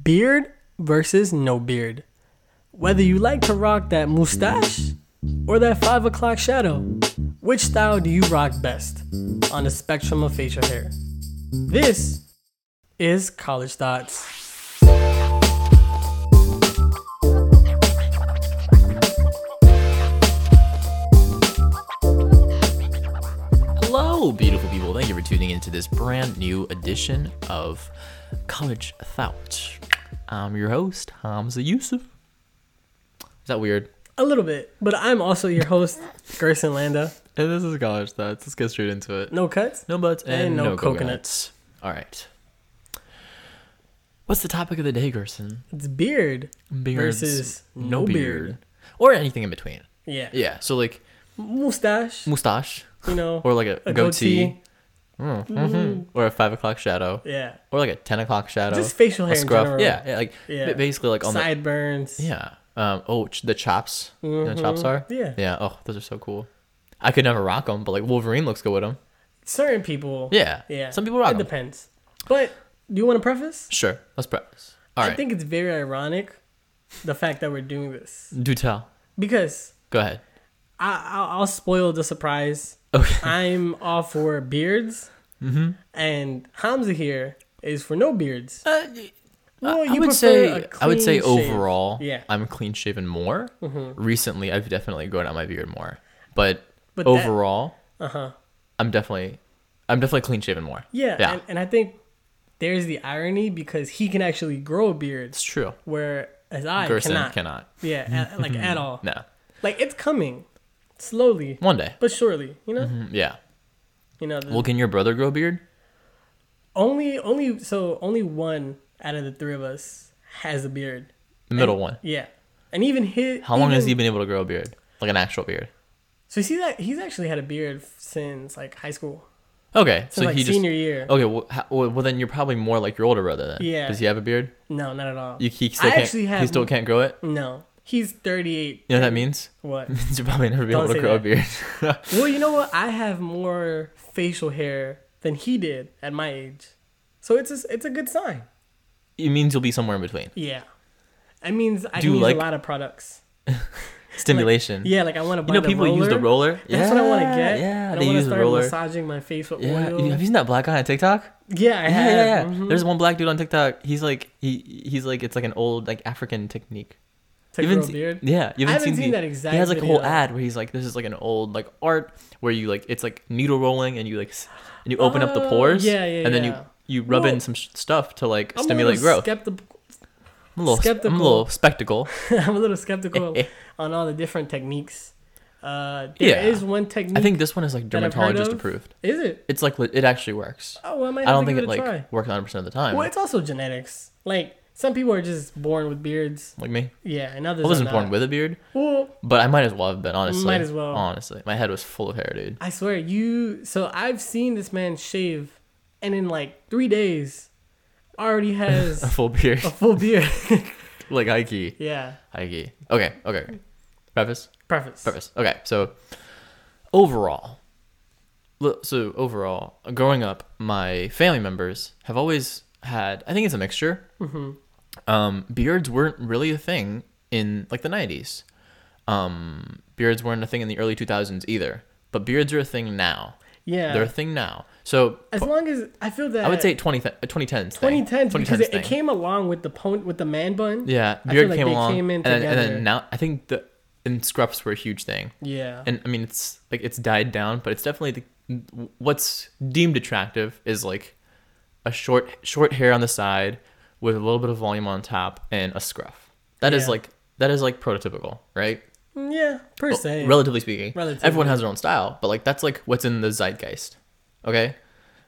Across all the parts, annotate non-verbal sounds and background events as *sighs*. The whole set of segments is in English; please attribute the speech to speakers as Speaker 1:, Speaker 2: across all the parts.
Speaker 1: beard versus no beard. Whether you like to rock that mustache or that 5 o'clock shadow, which style do you rock best on the spectrum of facial hair? This is College Thoughts.
Speaker 2: Hello, beautiful people. Thank you for tuning into this brand new edition of College Thought. I'm your host, Hamza Yusuf. Is that weird?
Speaker 1: A little bit, but I'm also your host, Gerson Landa.
Speaker 2: And this is College Thoughts. Let's get straight into it.
Speaker 1: No cuts?
Speaker 2: No butts and,
Speaker 1: And no
Speaker 2: no, coconuts. All right. What's the topic of the day, Gerson?
Speaker 1: It's beard. Versus no beard.
Speaker 2: Or anything in between.
Speaker 1: Yeah.
Speaker 2: Yeah, so like
Speaker 1: Mustache,
Speaker 2: mustache,
Speaker 1: you know.
Speaker 2: or like a,
Speaker 1: a
Speaker 2: goatee,
Speaker 1: goatee.
Speaker 2: Mm, mhm. or a five o'clock shadow,
Speaker 1: Yeah.
Speaker 2: or like a ten o'clock shadow,
Speaker 1: Just facial
Speaker 2: a
Speaker 1: hair in
Speaker 2: scruff,
Speaker 1: general.
Speaker 2: yeah, yeah, like
Speaker 1: Yeah.
Speaker 2: ba- basically like on the
Speaker 1: Sideburns.
Speaker 2: Yeah. Um, oh, ch- the chops. You know what chops are?
Speaker 1: Mm-hmm. Yeah.
Speaker 2: Yeah. Oh, those are so cool. I could never rock them, but like Wolverine looks good with them.
Speaker 1: Certain people.
Speaker 2: Yeah.
Speaker 1: Yeah.
Speaker 2: Some people rock
Speaker 1: It
Speaker 2: them.
Speaker 1: depends. But do you want to preface?
Speaker 2: Sure. Let's practice. All right.
Speaker 1: I think it's very ironic the fact that we're doing this
Speaker 2: Do tell.
Speaker 1: because
Speaker 2: Go ahead.
Speaker 1: I, I'll, I'll spoil the surprise.
Speaker 2: Okay. *laughs* Mm-hmm.
Speaker 1: I'm all for beards, and Hamza here is for no beards.
Speaker 2: Uh,
Speaker 1: Well,
Speaker 2: I
Speaker 1: you
Speaker 2: would
Speaker 1: prefer
Speaker 2: say
Speaker 1: a
Speaker 2: I would say
Speaker 1: clean shave.
Speaker 2: overall,
Speaker 1: Yeah. Mm-hmm.
Speaker 2: I'm clean shaven more. Recently, I've definitely grown out my beard more, but,
Speaker 1: But that-
Speaker 2: overall,
Speaker 1: Uh huh.
Speaker 2: I'm definitely I'm definitely clean shaven more.
Speaker 1: Yeah,
Speaker 2: Yeah.
Speaker 1: And, and I think there's the irony because he can actually grow a beard,
Speaker 2: it's true.
Speaker 1: whereas I
Speaker 2: Gerson
Speaker 1: cannot.
Speaker 2: cannot.
Speaker 1: Yeah, a- like
Speaker 2: *laughs*
Speaker 1: at all.
Speaker 2: No.
Speaker 1: Like it's coming, slowly
Speaker 2: One day.
Speaker 1: but surely. You know.
Speaker 2: Mm, Yeah.
Speaker 1: You know. The,
Speaker 2: Well, can your brother grow a beard?
Speaker 1: only only so only one out of the three of us has a beard.
Speaker 2: The middle one.
Speaker 1: Yeah, and even his.
Speaker 2: How long has
Speaker 1: even-
Speaker 2: he been able to grow a beard? Like an actual beard?
Speaker 1: So you see that he's actually had a beard since like high school,
Speaker 2: Okay,
Speaker 1: since
Speaker 2: so
Speaker 1: like
Speaker 2: he just. Oh.
Speaker 1: senior year.
Speaker 2: Okay, well, how, well, well, then you're probably more like your older brother then.
Speaker 1: Yeah.
Speaker 2: Does he have a beard?
Speaker 1: No, not at all.
Speaker 2: You, he still
Speaker 1: I
Speaker 2: can't.
Speaker 1: actually have.
Speaker 2: He still can't grow it.
Speaker 1: No, he's thirty eight.
Speaker 2: You know what that means? *laughs*
Speaker 1: What?
Speaker 2: Means You'll probably never be
Speaker 1: Don't
Speaker 2: able
Speaker 1: say
Speaker 2: to grow
Speaker 1: that.
Speaker 2: a beard. *laughs*
Speaker 1: well, you know what? I have more facial hair than he did at my age, so it's a, it's a good sign.
Speaker 2: it means you'll be somewhere in between.
Speaker 1: Yeah, it means I can
Speaker 2: Do you
Speaker 1: use
Speaker 2: like-
Speaker 1: a lot of products.
Speaker 2: Stimulation.
Speaker 1: Yeah, like I want to buy
Speaker 2: You know,
Speaker 1: the
Speaker 2: people
Speaker 1: roller.
Speaker 2: use the roller.
Speaker 1: That's what I want to get.
Speaker 2: Yeah,
Speaker 1: and I
Speaker 2: they
Speaker 1: want to
Speaker 2: use the
Speaker 1: start
Speaker 2: roller.
Speaker 1: massaging my face with
Speaker 2: Yeah.
Speaker 1: oil.
Speaker 2: You- Have you seen that black guy on TikTok?
Speaker 1: Yeah, I
Speaker 2: Yeah,
Speaker 1: have.
Speaker 2: yeah, yeah.
Speaker 1: mhm.
Speaker 2: There's one black dude on TikTok. He's like, he, he's like, it's like an old like African technique.
Speaker 1: To
Speaker 2: You haven't
Speaker 1: grow a
Speaker 2: se-
Speaker 1: beard.
Speaker 2: Yeah, you
Speaker 1: I
Speaker 2: haven't,
Speaker 1: haven't seen
Speaker 2: the-
Speaker 1: that exact
Speaker 2: He has like a whole
Speaker 1: video.
Speaker 2: ad where he's like, "This is like an old like art where you like it's like needle rolling and you like s- and you open up the
Speaker 1: Oh,
Speaker 2: pores,
Speaker 1: yeah, yeah,
Speaker 2: and then you
Speaker 1: yeah.
Speaker 2: you rub
Speaker 1: Well,
Speaker 2: in some sh- stuff to like
Speaker 1: I'm a
Speaker 2: stimulate
Speaker 1: little
Speaker 2: growth.
Speaker 1: skeptical-
Speaker 2: I'm a little, s- I'm a little spectacle.
Speaker 1: *laughs* I'm a little
Speaker 2: *laughs*
Speaker 1: skeptical on all the different techniques. Uh, there is
Speaker 2: Yeah.
Speaker 1: one technique.
Speaker 2: I think this one is like
Speaker 1: that I've heard
Speaker 2: dermatologist
Speaker 1: of.
Speaker 2: approved.
Speaker 1: Is it?
Speaker 2: It's like li- it actually works.
Speaker 1: Oh, well, I might
Speaker 2: I
Speaker 1: have
Speaker 2: don't
Speaker 1: to
Speaker 2: think
Speaker 1: give
Speaker 2: it
Speaker 1: it a
Speaker 2: like
Speaker 1: try.
Speaker 2: works 100 percent of the time.
Speaker 1: Well, it's also genetics. Like some people are just born with beards.
Speaker 2: Like me,
Speaker 1: Yeah, and others.
Speaker 2: I wasn't
Speaker 1: are
Speaker 2: born
Speaker 1: not.
Speaker 2: with a beard,
Speaker 1: Well,
Speaker 2: but I might as well have been honestly.
Speaker 1: Might as well.
Speaker 2: Honestly, my head was full of hair, dude. *laughs*
Speaker 1: I swear you. So I've seen this man shave, and in like three days,
Speaker 2: *laughs*
Speaker 1: already has
Speaker 2: A full beard,
Speaker 1: a full beard.
Speaker 2: *laughs*
Speaker 1: *laughs*
Speaker 2: like Ike.
Speaker 1: yeah.
Speaker 2: Ike. Okay, okay. okay. Preface.
Speaker 1: Preface.
Speaker 2: purpose. Okay, so overall, l- so overall, growing up, my family members have always had. I think it's a mixture.
Speaker 1: Mm-hmm.
Speaker 2: Um, beards weren't really a thing in like the '90s. Um, beards weren't a thing in the early 2000s either. But beards are a thing now.
Speaker 1: Yeah.
Speaker 2: They're a thing now. So
Speaker 1: as long as I feel that
Speaker 2: I would say 20 th- 2010s. thing.
Speaker 1: 2010 because
Speaker 2: 2010s
Speaker 1: it,
Speaker 2: thing.
Speaker 1: it came along with the pon- with the man bun.
Speaker 2: Yeah,
Speaker 1: I feel
Speaker 2: beard
Speaker 1: like
Speaker 2: came
Speaker 1: they
Speaker 2: along,
Speaker 1: came in
Speaker 2: and, then, and
Speaker 1: together.
Speaker 2: then now I think the and scruffs were a huge thing.
Speaker 1: Yeah.
Speaker 2: and I mean it's like it's died down, but it's definitely the, what's deemed attractive is like a short short hair on the side with a little bit of volume on top and a scruff. That is
Speaker 1: Yeah.
Speaker 2: like that is like prototypical, right?
Speaker 1: yeah. Per se.
Speaker 2: Relatively speaking,
Speaker 1: Relatively.
Speaker 2: everyone has their own style, but like that's like what's in the zeitgeist. Okay,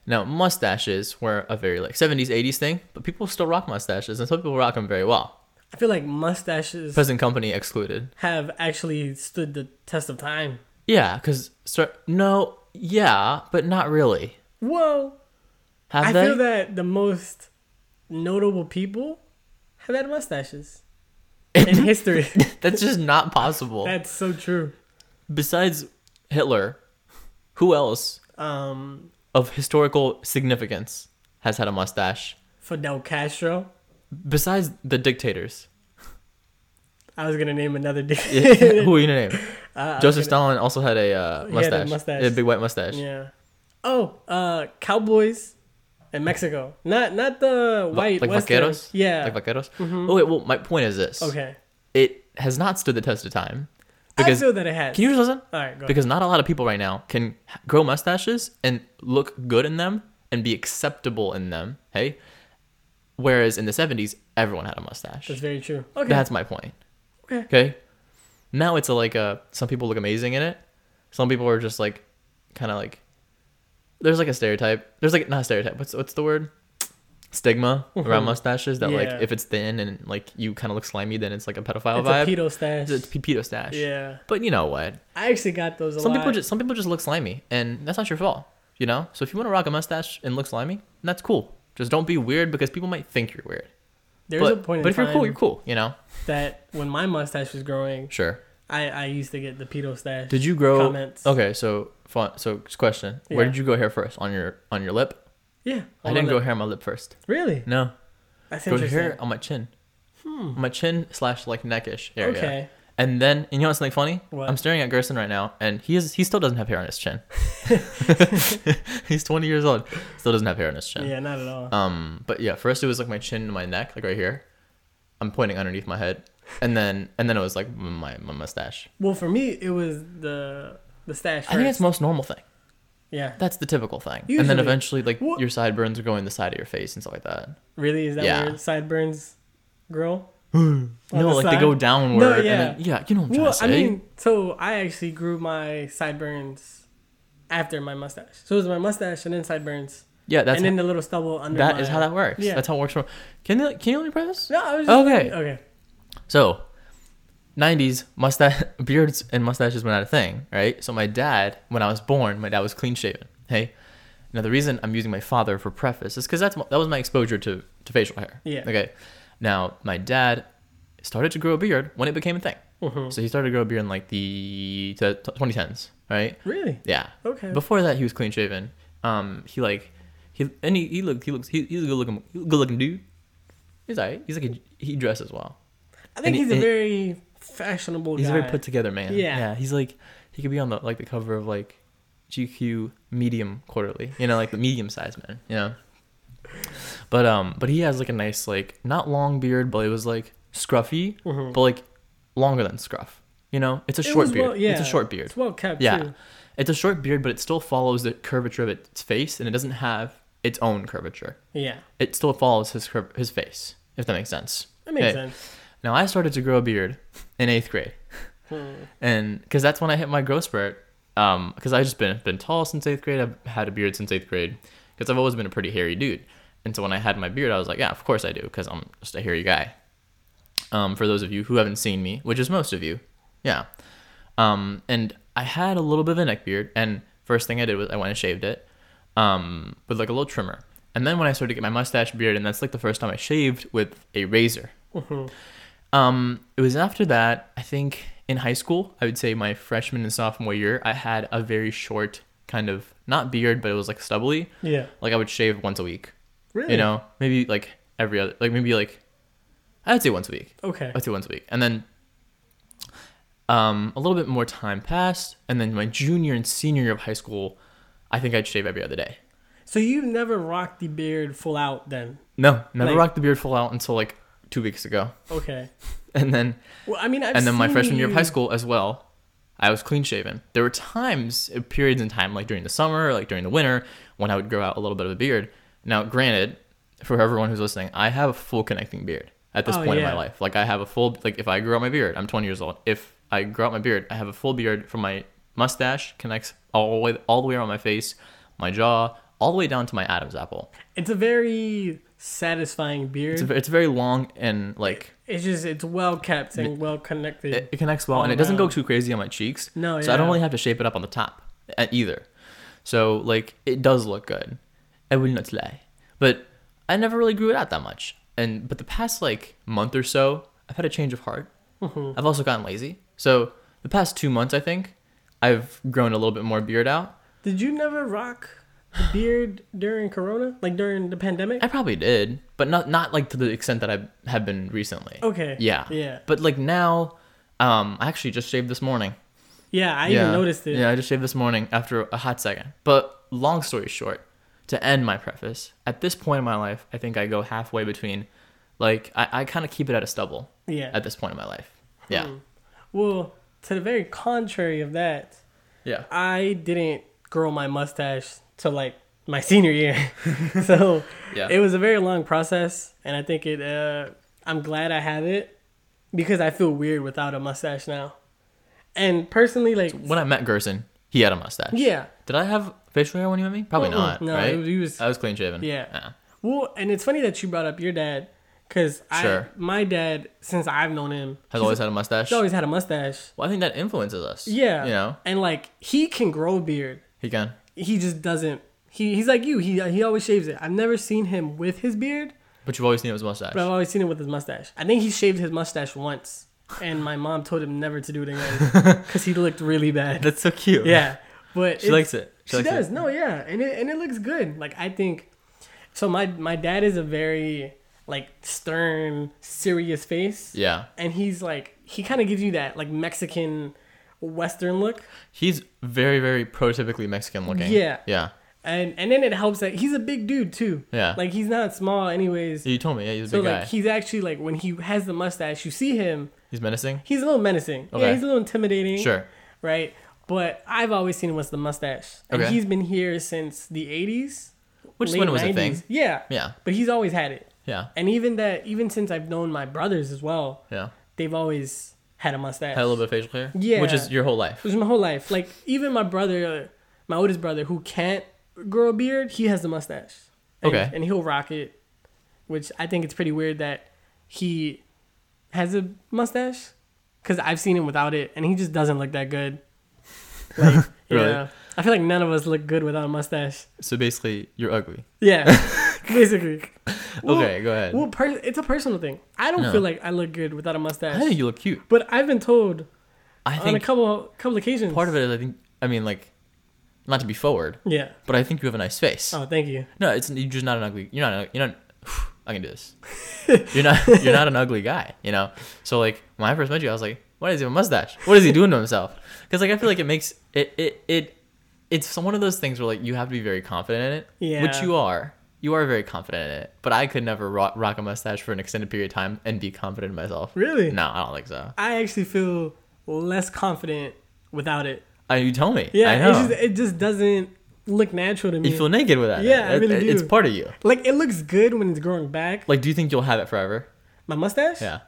Speaker 2: now mustaches were a very like '70s '80s thing, but people still rock mustaches, and some people rock them very well.
Speaker 1: I feel like mustaches
Speaker 2: Present company excluded.
Speaker 1: have actually stood the test of time.
Speaker 2: Yeah, because no, yeah, but not really.
Speaker 1: Well,
Speaker 2: Have
Speaker 1: I
Speaker 2: they?
Speaker 1: feel that the most notable people have had
Speaker 2: *laughs*
Speaker 1: mustaches in history. *laughs*
Speaker 2: That's just not possible.
Speaker 1: That's so true.
Speaker 2: Besides Hitler, who else
Speaker 1: Um,
Speaker 2: of historical significance has had a mustache?
Speaker 1: Fidel Castro.
Speaker 2: besides the dictators,
Speaker 1: I was gonna name another dick.
Speaker 2: *laughs* who are you gonna name?
Speaker 1: Uh, I was
Speaker 2: Joseph
Speaker 1: gonna-
Speaker 2: Stalin also had a
Speaker 1: He
Speaker 2: uh,
Speaker 1: had
Speaker 2: mustache.
Speaker 1: a mustache.
Speaker 2: He had a big white mustache.
Speaker 1: *laughs* Yeah. Oh, uh, cowboys in Mexico. Not not the
Speaker 2: Va-
Speaker 1: white
Speaker 2: like
Speaker 1: Western.
Speaker 2: vaqueros.
Speaker 1: Yeah. Mm-hmm.
Speaker 2: like vaqueros. Oh wait, well, my point is this:
Speaker 1: okay.
Speaker 2: it has not stood the test of time because
Speaker 1: I feel that it has.
Speaker 2: can you just listen?
Speaker 1: All right. Go
Speaker 2: Because not a lot of people right now can h- grow mustaches and look good in them and be acceptable in them. Hey, whereas in the '70s, everyone had a mustache.
Speaker 1: That's very true. Okay.
Speaker 2: That's my point.
Speaker 1: Okay.
Speaker 2: Now it's a, like a some people look amazing in it. Some people are just like kind of like there's like a stereotype. There's like not a stereotype. What's what's the word? Stigma
Speaker 1: *laughs*
Speaker 2: around mustaches that
Speaker 1: Yeah.
Speaker 2: like if it's thin and like you kind of look slimy, then it's like a pedophile
Speaker 1: it's
Speaker 2: vibe.
Speaker 1: a pedo stash.
Speaker 2: it's a p- pedo stash.
Speaker 1: yeah.
Speaker 2: But you know what?
Speaker 1: I actually got those a
Speaker 2: Some
Speaker 1: lot.
Speaker 2: people just some people just look slimy, and that's not your fault. You know. So if you want to rock a mustache and look slimy, that's cool. Just don't be weird because people might think you're weird.
Speaker 1: There's
Speaker 2: but
Speaker 1: a point
Speaker 2: but
Speaker 1: in
Speaker 2: if you're cool,
Speaker 1: time
Speaker 2: you're cool. You know.
Speaker 1: that when my mustache was growing,
Speaker 2: Sure.
Speaker 1: I, I used to get the pedo stash.
Speaker 2: Did you grow?
Speaker 1: comments?
Speaker 2: Okay, so fun. So just question: Where
Speaker 1: Yeah.
Speaker 2: did you go hair first? On your on your lip?
Speaker 1: Yeah.
Speaker 2: I didn't go hair on my lip first.
Speaker 1: Really?
Speaker 2: No,
Speaker 1: That's
Speaker 2: go to
Speaker 1: interesting. Hmm.
Speaker 2: hair on my chin, my chin slash like neckish area.
Speaker 1: Okay.
Speaker 2: And then and you know what's something funny?
Speaker 1: What?
Speaker 2: I'm staring at Gerson right now, and he is he still doesn't have hair on his
Speaker 1: *laughs*
Speaker 2: chin. *laughs* He's 20 years old, still doesn't have hair on his chin.
Speaker 1: Yeah. Not at all.
Speaker 2: Um, but yeah, first it was like my chin and my neck, like right here. I'm pointing underneath my head, and then and then it was like my my mustache.
Speaker 1: well, for me, it was the the stash.
Speaker 2: I think it's
Speaker 1: first.
Speaker 2: most normal thing.
Speaker 1: yeah.
Speaker 2: That's the typical thing. And then
Speaker 1: Usually.
Speaker 2: eventually, like
Speaker 1: What-
Speaker 2: your sideburns are going the side of your face and stuff like that.
Speaker 1: Really? Is that
Speaker 2: Yeah.
Speaker 1: where sideburns grow? On
Speaker 2: no,
Speaker 1: the
Speaker 2: like
Speaker 1: side?
Speaker 2: they go downward.
Speaker 1: No,
Speaker 2: and
Speaker 1: yeah.
Speaker 2: then- yeah, you know what I'm trying
Speaker 1: Well,
Speaker 2: to
Speaker 1: I
Speaker 2: say.
Speaker 1: mean, so I actually grew my sideburns after my mustache. So it was my mustache and then sideburns,
Speaker 2: yeah, that's
Speaker 1: and then the little stubble under.
Speaker 2: that
Speaker 1: my-
Speaker 2: is how that works.
Speaker 1: Yeah.
Speaker 2: That's how it works. For can you can you only press?
Speaker 1: No, I was just,
Speaker 2: Okay.
Speaker 1: Okay.
Speaker 2: So, 90s mustache *laughs* beards and mustaches were not a thing, right? So my dad, when I was born, my dad was clean shaven. Hey, now the reason I'm using my father for preface is because that's my- that was my exposure to to facial hair.
Speaker 1: Yeah.
Speaker 2: Okay. Now my dad started to grow a beard when it became a thing.
Speaker 1: Mm-hmm.
Speaker 2: So he started to grow a beard in like the t- 2010s, right?
Speaker 1: Really?
Speaker 2: Yeah.
Speaker 1: Okay.
Speaker 2: Before that, he was clean shaven. Um, he like he and he, he looked he looks he, he's a good looking good looking dude. He's alright. He's like a, he dresses well.
Speaker 1: I
Speaker 2: and
Speaker 1: think
Speaker 2: he-
Speaker 1: he's a
Speaker 2: and-
Speaker 1: very fashionable
Speaker 2: He's
Speaker 1: guy.
Speaker 2: a very put together man.
Speaker 1: Yeah.
Speaker 2: He's like he could be on the like the cover of like GQ medium quarterly. You know, like the medium sized man, you know. But um but he has like a nice like not long beard, but it was like scruffy,
Speaker 1: Mhm.
Speaker 2: but like longer than scruff. You know? It's a
Speaker 1: It
Speaker 2: short
Speaker 1: was
Speaker 2: beard.
Speaker 1: well- yeah.
Speaker 2: It's a short beard.
Speaker 1: It's well kept.
Speaker 2: Yeah.
Speaker 1: Too.
Speaker 2: It's a short beard, but it still follows the curvature of its face and it doesn't have its own curvature.
Speaker 1: Yeah.
Speaker 2: It still follows his curv- his face, if that makes sense.
Speaker 1: That makes
Speaker 2: Okay.
Speaker 1: sense.
Speaker 2: Now I started to grow a beard in 8th grade
Speaker 1: Hmm.
Speaker 2: and because that's when I hit my growth spurt. Um, because I just been been tall since eighth grade. I've had a beard since eighth grade because I've always been a pretty hairy dude. And so when I had my beard, I was like, yeah, of course I do, because I'm just a hairy guy. Um, for those of you who haven't seen me, which is most of you, yeah. Um, and I had a little bit of a neck beard, and first thing I did was I went and shaved it, um, with like a little trimmer. And then when I started to get my mustache beard, and that's like the first time I shaved with a razor. Um, it was after that, I think in high school, I would say my freshman and sophomore year, I had a very short kind of not beard, but it was like stubbly.
Speaker 1: Yeah.
Speaker 2: Like I would shave once a week.
Speaker 1: Really?
Speaker 2: You know, maybe like every other, like maybe like, I'd say once a week.
Speaker 1: Okay.
Speaker 2: I'd say once a week. And then um, a little bit more time passed. And then my junior and senior year of high school, I think I'd shave every other day.
Speaker 1: So you've never rocked the beard full out then?
Speaker 2: No, never
Speaker 1: Like-
Speaker 2: rocked the beard full out until like two weeks ago. *laughs*
Speaker 1: Okay.
Speaker 2: And then
Speaker 1: Well, I mean, I've
Speaker 2: and then my
Speaker 1: seen
Speaker 2: freshman year of high
Speaker 1: you-
Speaker 2: school as well i was clean shaven there were times uh, periods in time like during the summer or like during the winter when i would grow out a little bit of a beard now granted for everyone who's listening i have a full connecting beard at this
Speaker 1: Oh,
Speaker 2: point in my
Speaker 1: yeah.
Speaker 2: life like i have a full like if i grow out my beard i'm 20 years old if i grow out my beard i have a full beard from my mustache connects all the way all the way around my face my jaw all the way down to my adam's apple
Speaker 1: It's a very satisfying beard.
Speaker 2: it's, a, it's very long and like
Speaker 1: It's just it's well kept and well connected.
Speaker 2: it, it connects well
Speaker 1: All
Speaker 2: and it doesn't go
Speaker 1: around.
Speaker 2: too crazy on my cheeks.
Speaker 1: Oh, No,
Speaker 2: so I don't
Speaker 1: yeah.
Speaker 2: really have to shape it up on the top uh, either. So like it does look good. I will not lie, but I never really grew it out that much. And but the past like month or so, I've had a change of heart.
Speaker 1: Mm-hmm.
Speaker 2: I've also gotten lazy. So the past two months, I think I've grown a little bit more beard out.
Speaker 1: Did you never rock the beard during Corona, like during the pandemic?
Speaker 2: I probably did, but not not like to the extent that I have been recently.
Speaker 1: Okay.
Speaker 2: Yeah.
Speaker 1: Yeah.
Speaker 2: But like now, um, I actually just shaved this morning.
Speaker 1: Yeah, I even noticed it.
Speaker 2: Yeah, I just shaved this morning after a hot second. But long story short, to end my preface, at this point in my life, I think I go halfway between, like I, I kind of keep it at a stubble.
Speaker 1: Yeah.
Speaker 2: At this point in my life. Yeah.
Speaker 1: Hmm. Well, to the very contrary of that,
Speaker 2: Yeah.
Speaker 1: I didn't grow my mustache till like my senior year. *laughs* so
Speaker 2: Yeah.
Speaker 1: it was a very long process and I think it uh I'm glad I have it because I feel weird without a mustache now. And personally like
Speaker 2: When I met Gerson, he had a mustache.
Speaker 1: yeah.
Speaker 2: Did I have facial hair when you met me? Probably
Speaker 1: Uh-uh.
Speaker 2: not.
Speaker 1: No,
Speaker 2: right?
Speaker 1: it was- he was-
Speaker 2: I was clean shaven.
Speaker 1: Yeah. Well, and it's funny that you brought up your dad cuz I
Speaker 2: Sure.
Speaker 1: my dad since I've known him
Speaker 2: Has always had a mustache.
Speaker 1: he's always had a mustache.
Speaker 2: Well, I think that influences us.
Speaker 1: Yeah.
Speaker 2: You know,
Speaker 1: And like he can grow a beard.
Speaker 2: he can.
Speaker 1: He just doesn't he, he's like you. He he always shaves it. I've never seen him with his beard.
Speaker 2: But you've always seen it was mustache.
Speaker 1: But I've always seen him with his mustache. I think he shaved his mustache once, and my mom told him never to do it
Speaker 2: *laughs*
Speaker 1: again because he looked really bad.
Speaker 2: That's so
Speaker 1: *laughs*
Speaker 2: cute.
Speaker 1: Yeah, but
Speaker 2: She
Speaker 1: it's-
Speaker 2: likes it.
Speaker 1: She,
Speaker 2: likes
Speaker 1: does.
Speaker 2: It.
Speaker 1: No, yeah, and it and it looks good. Like I think, so my my dad is a very like stern, serious face,
Speaker 2: Yeah.
Speaker 1: and he's like he kind of gives you that like Mexican, Western look.
Speaker 2: He's very, very prototypically Mexican looking.
Speaker 1: Yeah.
Speaker 2: Yeah.
Speaker 1: And, and then it helps that he's a big dude too.
Speaker 2: Yeah.
Speaker 1: Like he's not small anyways.
Speaker 2: You told me. Yeah, he's a
Speaker 1: so
Speaker 2: big
Speaker 1: like
Speaker 2: guy.
Speaker 1: he's actually like when he has the mustache, you see him
Speaker 2: he's menacing.
Speaker 1: He's a little menacing. Yeah,
Speaker 2: Okay.
Speaker 1: he's a little intimidating.
Speaker 2: Sure.
Speaker 1: Right? But I've always seen him with the mustache. And
Speaker 2: Okay.
Speaker 1: he's been here since the 80s.
Speaker 2: Which is
Speaker 1: late
Speaker 2: when it was a thing.
Speaker 1: Yeah.
Speaker 2: Yeah.
Speaker 1: But he's always had it.
Speaker 2: Yeah.
Speaker 1: And even that, even since I've known my brothers as well,
Speaker 2: Yeah.
Speaker 1: they've always had a mustache.
Speaker 2: Had a little bit of facial hair.
Speaker 1: Yeah.
Speaker 2: Which is your whole life.
Speaker 1: It was my whole life. Like, even my brother, my oldest brother, who can't grow a beard, he has the mustache. And-
Speaker 2: Okay.
Speaker 1: And he'll rock it, which I think it's pretty weird that he has a mustache because I've seen him without it and he just doesn't look that good.
Speaker 2: *laughs*
Speaker 1: Like,
Speaker 2: Really?
Speaker 1: yeah. I feel like none of us look good without a mustache.
Speaker 2: So basically, you're ugly. *laughs*
Speaker 1: Yeah, basically. Well-
Speaker 2: okay, go ahead.
Speaker 1: Well, per- it's a personal thing. I don't
Speaker 2: No.
Speaker 1: feel like I look good without a mustache.
Speaker 2: I think you look cute.
Speaker 1: but I've been told
Speaker 2: I
Speaker 1: on a
Speaker 2: think
Speaker 1: couple couple occasions.
Speaker 2: part of it is I think I mean like, not to be forward,
Speaker 1: Yeah.
Speaker 2: but I think you have a nice face.
Speaker 1: Oh, thank you.
Speaker 2: No, it's you're just not an ugly. You're not. an- You're not. *sighs* I can
Speaker 1: *laughs*
Speaker 2: do this. You're not. You're not an ugly guy. You know. So like when I first met you, I was like, why does he have a mustache? What is he doing to himself? Because like I feel like it makes it it it it's one of those things where like you have to be very confident in it.
Speaker 1: Yeah.
Speaker 2: Which you are. You are very confident in it. But I could never rock, rock a mustache for an extended period of time and be confident in myself.
Speaker 1: Really?
Speaker 2: No, I don't think so.
Speaker 1: I actually feel less confident without it.
Speaker 2: I, you tell me.
Speaker 1: Yeah,
Speaker 2: I
Speaker 1: it
Speaker 2: know.
Speaker 1: just it just doesn't look natural to me.
Speaker 2: you feel naked without it.
Speaker 1: Yeah, I
Speaker 2: It-
Speaker 1: really
Speaker 2: it- It's
Speaker 1: do.
Speaker 2: part of you.
Speaker 1: like it looks good when it's growing back.
Speaker 2: Like, do you think you'll have it forever?
Speaker 1: My mustache?
Speaker 2: Yeah.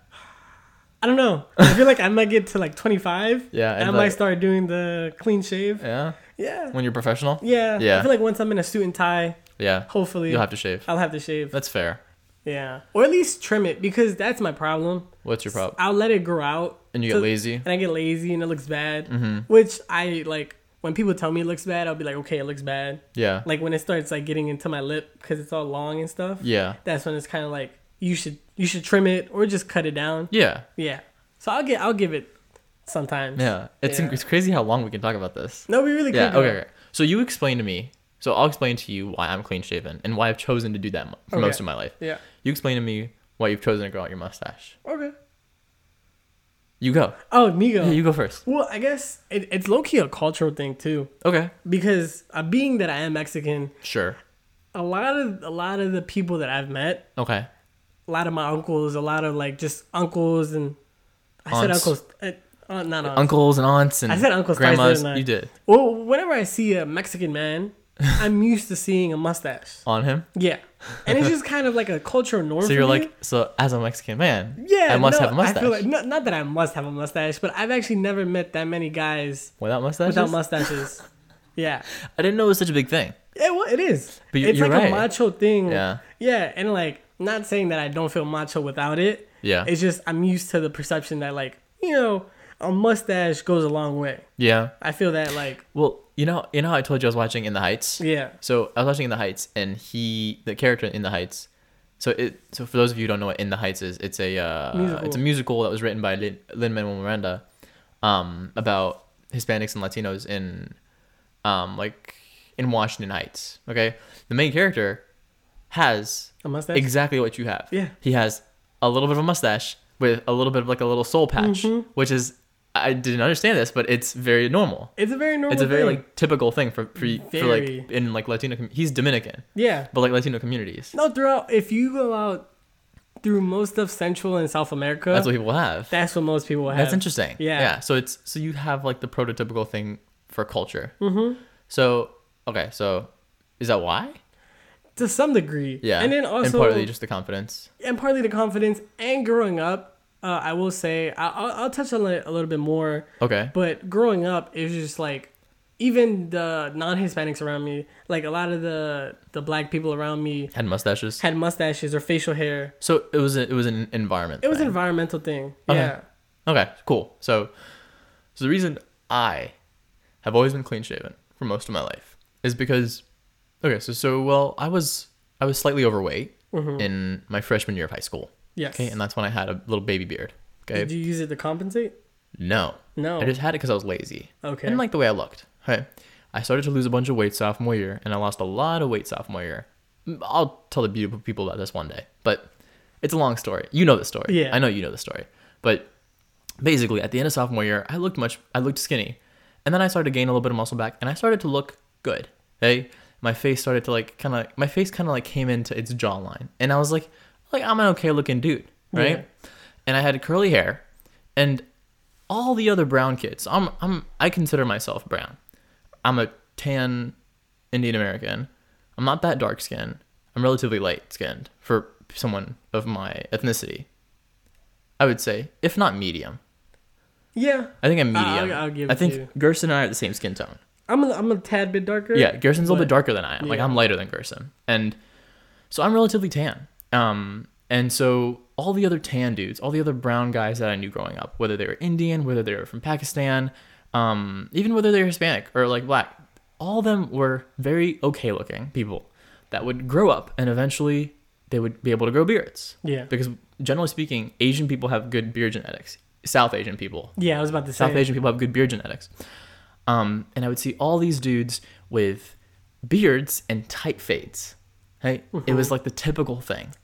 Speaker 1: I don't know. I feel like I might get to like 25.
Speaker 2: *laughs* Yeah,
Speaker 1: And I
Speaker 2: and
Speaker 1: might
Speaker 2: like-
Speaker 1: start doing the clean shave.
Speaker 2: Yeah.
Speaker 1: Yeah.
Speaker 2: When you're professional.
Speaker 1: Yeah.
Speaker 2: Yeah.
Speaker 1: I feel like once I'm in a suit and tie,
Speaker 2: Yeah.
Speaker 1: hopefully
Speaker 2: You'll have to shave.
Speaker 1: I'll have to shave.
Speaker 2: That's fair.
Speaker 1: Yeah. Or at least trim it because that's my problem.
Speaker 2: What's your problem?
Speaker 1: I'll let it grow out.
Speaker 2: And you get
Speaker 1: to-
Speaker 2: lazy. Mm-hmm.
Speaker 1: And I get lazy and it looks bad. Which I like when people tell me it looks bad, I'll be like, okay, it looks bad.
Speaker 2: Yeah.
Speaker 1: Like when it starts like getting into my lip because it's all long and stuff.
Speaker 2: yeah.
Speaker 1: That's when it's kind of like you should you should trim it or just cut it down.
Speaker 2: Yeah.
Speaker 1: Yeah. So I'll get I'll give it sometimes.
Speaker 2: Yeah. It's
Speaker 1: Yeah.
Speaker 2: it's crazy how long we can talk about this.
Speaker 1: No, we really
Speaker 2: Yeah.
Speaker 1: could.
Speaker 2: Okay. okay. So you explain to me. So I'll explain to you why I'm clean shaven and why I've chosen to do that mo- for
Speaker 1: Okay.
Speaker 2: most of my life.
Speaker 1: Yeah.
Speaker 2: You explain to me why you've chosen to grow out your mustache.
Speaker 1: Okay.
Speaker 2: You go.
Speaker 1: Oh, Migo.
Speaker 2: Yeah. You go first.
Speaker 1: well, I guess it, it's low key a cultural thing too,
Speaker 2: Okay.
Speaker 1: because uh, being that I am Mexican,
Speaker 2: Sure.
Speaker 1: a lot of a lot of the people that I've met,
Speaker 2: Okay.
Speaker 1: a lot of my uncles, a lot of like just uncles and I said
Speaker 2: Aunts.
Speaker 1: uncles, uh, uh, not aunts.
Speaker 2: Uncles and aunts and
Speaker 1: I said uncles twice,
Speaker 2: grandmas.
Speaker 1: didn't I?
Speaker 2: You did
Speaker 1: Well, whenever I see a Mexican
Speaker 2: *laughs*
Speaker 1: man, I'm used to seeing a mustache.
Speaker 2: on him.
Speaker 1: Yeah, and it's just kind of like a cultural norm.
Speaker 2: So
Speaker 1: for
Speaker 2: you're
Speaker 1: me.
Speaker 2: like, so as a Mexican man,
Speaker 1: Yeah,
Speaker 2: I must
Speaker 1: no,
Speaker 2: have a mustache.
Speaker 1: I feel like, not, not that I must have a mustache, but I've actually never met that many guys
Speaker 2: without mustache.
Speaker 1: without
Speaker 2: *laughs*
Speaker 1: mustaches. yeah,
Speaker 2: I didn't know it was such a big thing.
Speaker 1: it, well, it is.
Speaker 2: But you-
Speaker 1: it's
Speaker 2: you're
Speaker 1: like a
Speaker 2: right.
Speaker 1: macho thing.
Speaker 2: Yeah.
Speaker 1: yeah, and like not saying that I don't feel macho without it.
Speaker 2: Yeah.
Speaker 1: it's just I'm used to the perception that like you know a mustache goes a long way.
Speaker 2: Yeah.
Speaker 1: I feel that like
Speaker 2: Well, you know, you know, how I told you I was watching In the Heights.
Speaker 1: yeah,
Speaker 2: So I was watching In the Heights, and he, the character in In the Heights. So it, so for those of you who don't know what In the Heights is, it's a, uh,
Speaker 1: Musical.
Speaker 2: it's a musical that was written by Lin Manuel Miranda, um, about Hispanics and Latinos in, um, like in Washington Heights. Okay, the main character has
Speaker 1: A mustache?
Speaker 2: exactly what you have.
Speaker 1: Yeah.
Speaker 2: he has a little bit of a mustache with a little bit of like a little soul patch,
Speaker 1: Mm-hmm.
Speaker 2: which is I didn't understand this, but it's very normal.
Speaker 1: It's a very normal.
Speaker 2: It's a very
Speaker 1: thing.
Speaker 2: like typical thing for for, for
Speaker 1: Very.
Speaker 2: like in like Latino. Com- he's Dominican,
Speaker 1: yeah.
Speaker 2: but like Latino communities,
Speaker 1: No, throughout if you go out through most of Central and South America,
Speaker 2: that's what people have.
Speaker 1: that's what most people have.
Speaker 2: That's interesting.
Speaker 1: Yeah.
Speaker 2: Yeah. So it's so you have like the prototypical thing for culture. Mm-hmm. So okay, so is that why?
Speaker 1: to some degree.
Speaker 2: Yeah.
Speaker 1: and then also
Speaker 2: and partly just the confidence.
Speaker 1: and partly the confidence and growing up. Uh, I will say I, I'll, I'll touch on it a little bit more,
Speaker 2: Okay.
Speaker 1: but growing up it was just like even the non-Hispanics around me, like a lot of the the black people around me
Speaker 2: Had mustaches.
Speaker 1: had mustaches or facial hair.
Speaker 2: so it was a, it was an environment.
Speaker 1: It was an
Speaker 2: thing.
Speaker 1: environmental thing.
Speaker 2: Okay.
Speaker 1: Yeah,
Speaker 2: okay. Cool. So so the reason I have always been clean shaven for most of my life is because okay so so well I was I was slightly overweight in my freshman year of high school.
Speaker 1: Yes.
Speaker 2: Okay, and that's when I had a little baby beard. Okay.
Speaker 1: Did you use it to compensate?
Speaker 2: No.
Speaker 1: No.
Speaker 2: I just had it because I was lazy.
Speaker 1: Okay.
Speaker 2: And like the way I looked. Right. I started to lose a bunch of weight sophomore year, and I lost a lot of weight sophomore year. M- I'll tell the beautiful people about this one day, but it's a long story. You know the story.
Speaker 1: Yeah.
Speaker 2: I know you know the story. But basically, at the end of sophomore year, I looked much. I looked skinny, and then I started to gain a little bit of muscle back, and I started to look good. Hey, my face started to like kind of. My face kind of like came into its jawline, and I was like, like I'm an okay looking dude, right? And I had curly hair, and all the other brown kids. I'm I'm I consider myself brown. I'm a tan Indian American. I'm not that dark skinned. I'm relatively light skinned for someone of my ethnicity. I would say, if not medium.
Speaker 1: Yeah,
Speaker 2: I think I'm
Speaker 1: I- I'll-
Speaker 2: medium.
Speaker 1: Ah, I'll give
Speaker 2: I
Speaker 1: it
Speaker 2: think
Speaker 1: to you.
Speaker 2: Gerson and I are the same skin tone.
Speaker 1: I'm a, I'm a tad bit darker.
Speaker 2: Yeah, Gerson's a little bit
Speaker 1: but-
Speaker 2: darker than I am. Like
Speaker 1: yeah.
Speaker 2: I'm lighter than Gerson, and so I'm relatively tan. Um, and so all the other tan dudes, all the other brown guys that I knew growing up, whether they were Indian, whether they were from Pakistan, um, even whether they were Hispanic or like black, all of them were very okay looking people that would grow up and eventually they would be able to grow beards.
Speaker 1: Yeah.
Speaker 2: Because generally speaking, Asian people have good beard genetics. South Asian people
Speaker 1: Yeah, I was about to say.
Speaker 2: South Asian people have good beard genetics. Um, and I would see all these dudes with beards and tight fades. Right? It was like the typical thing.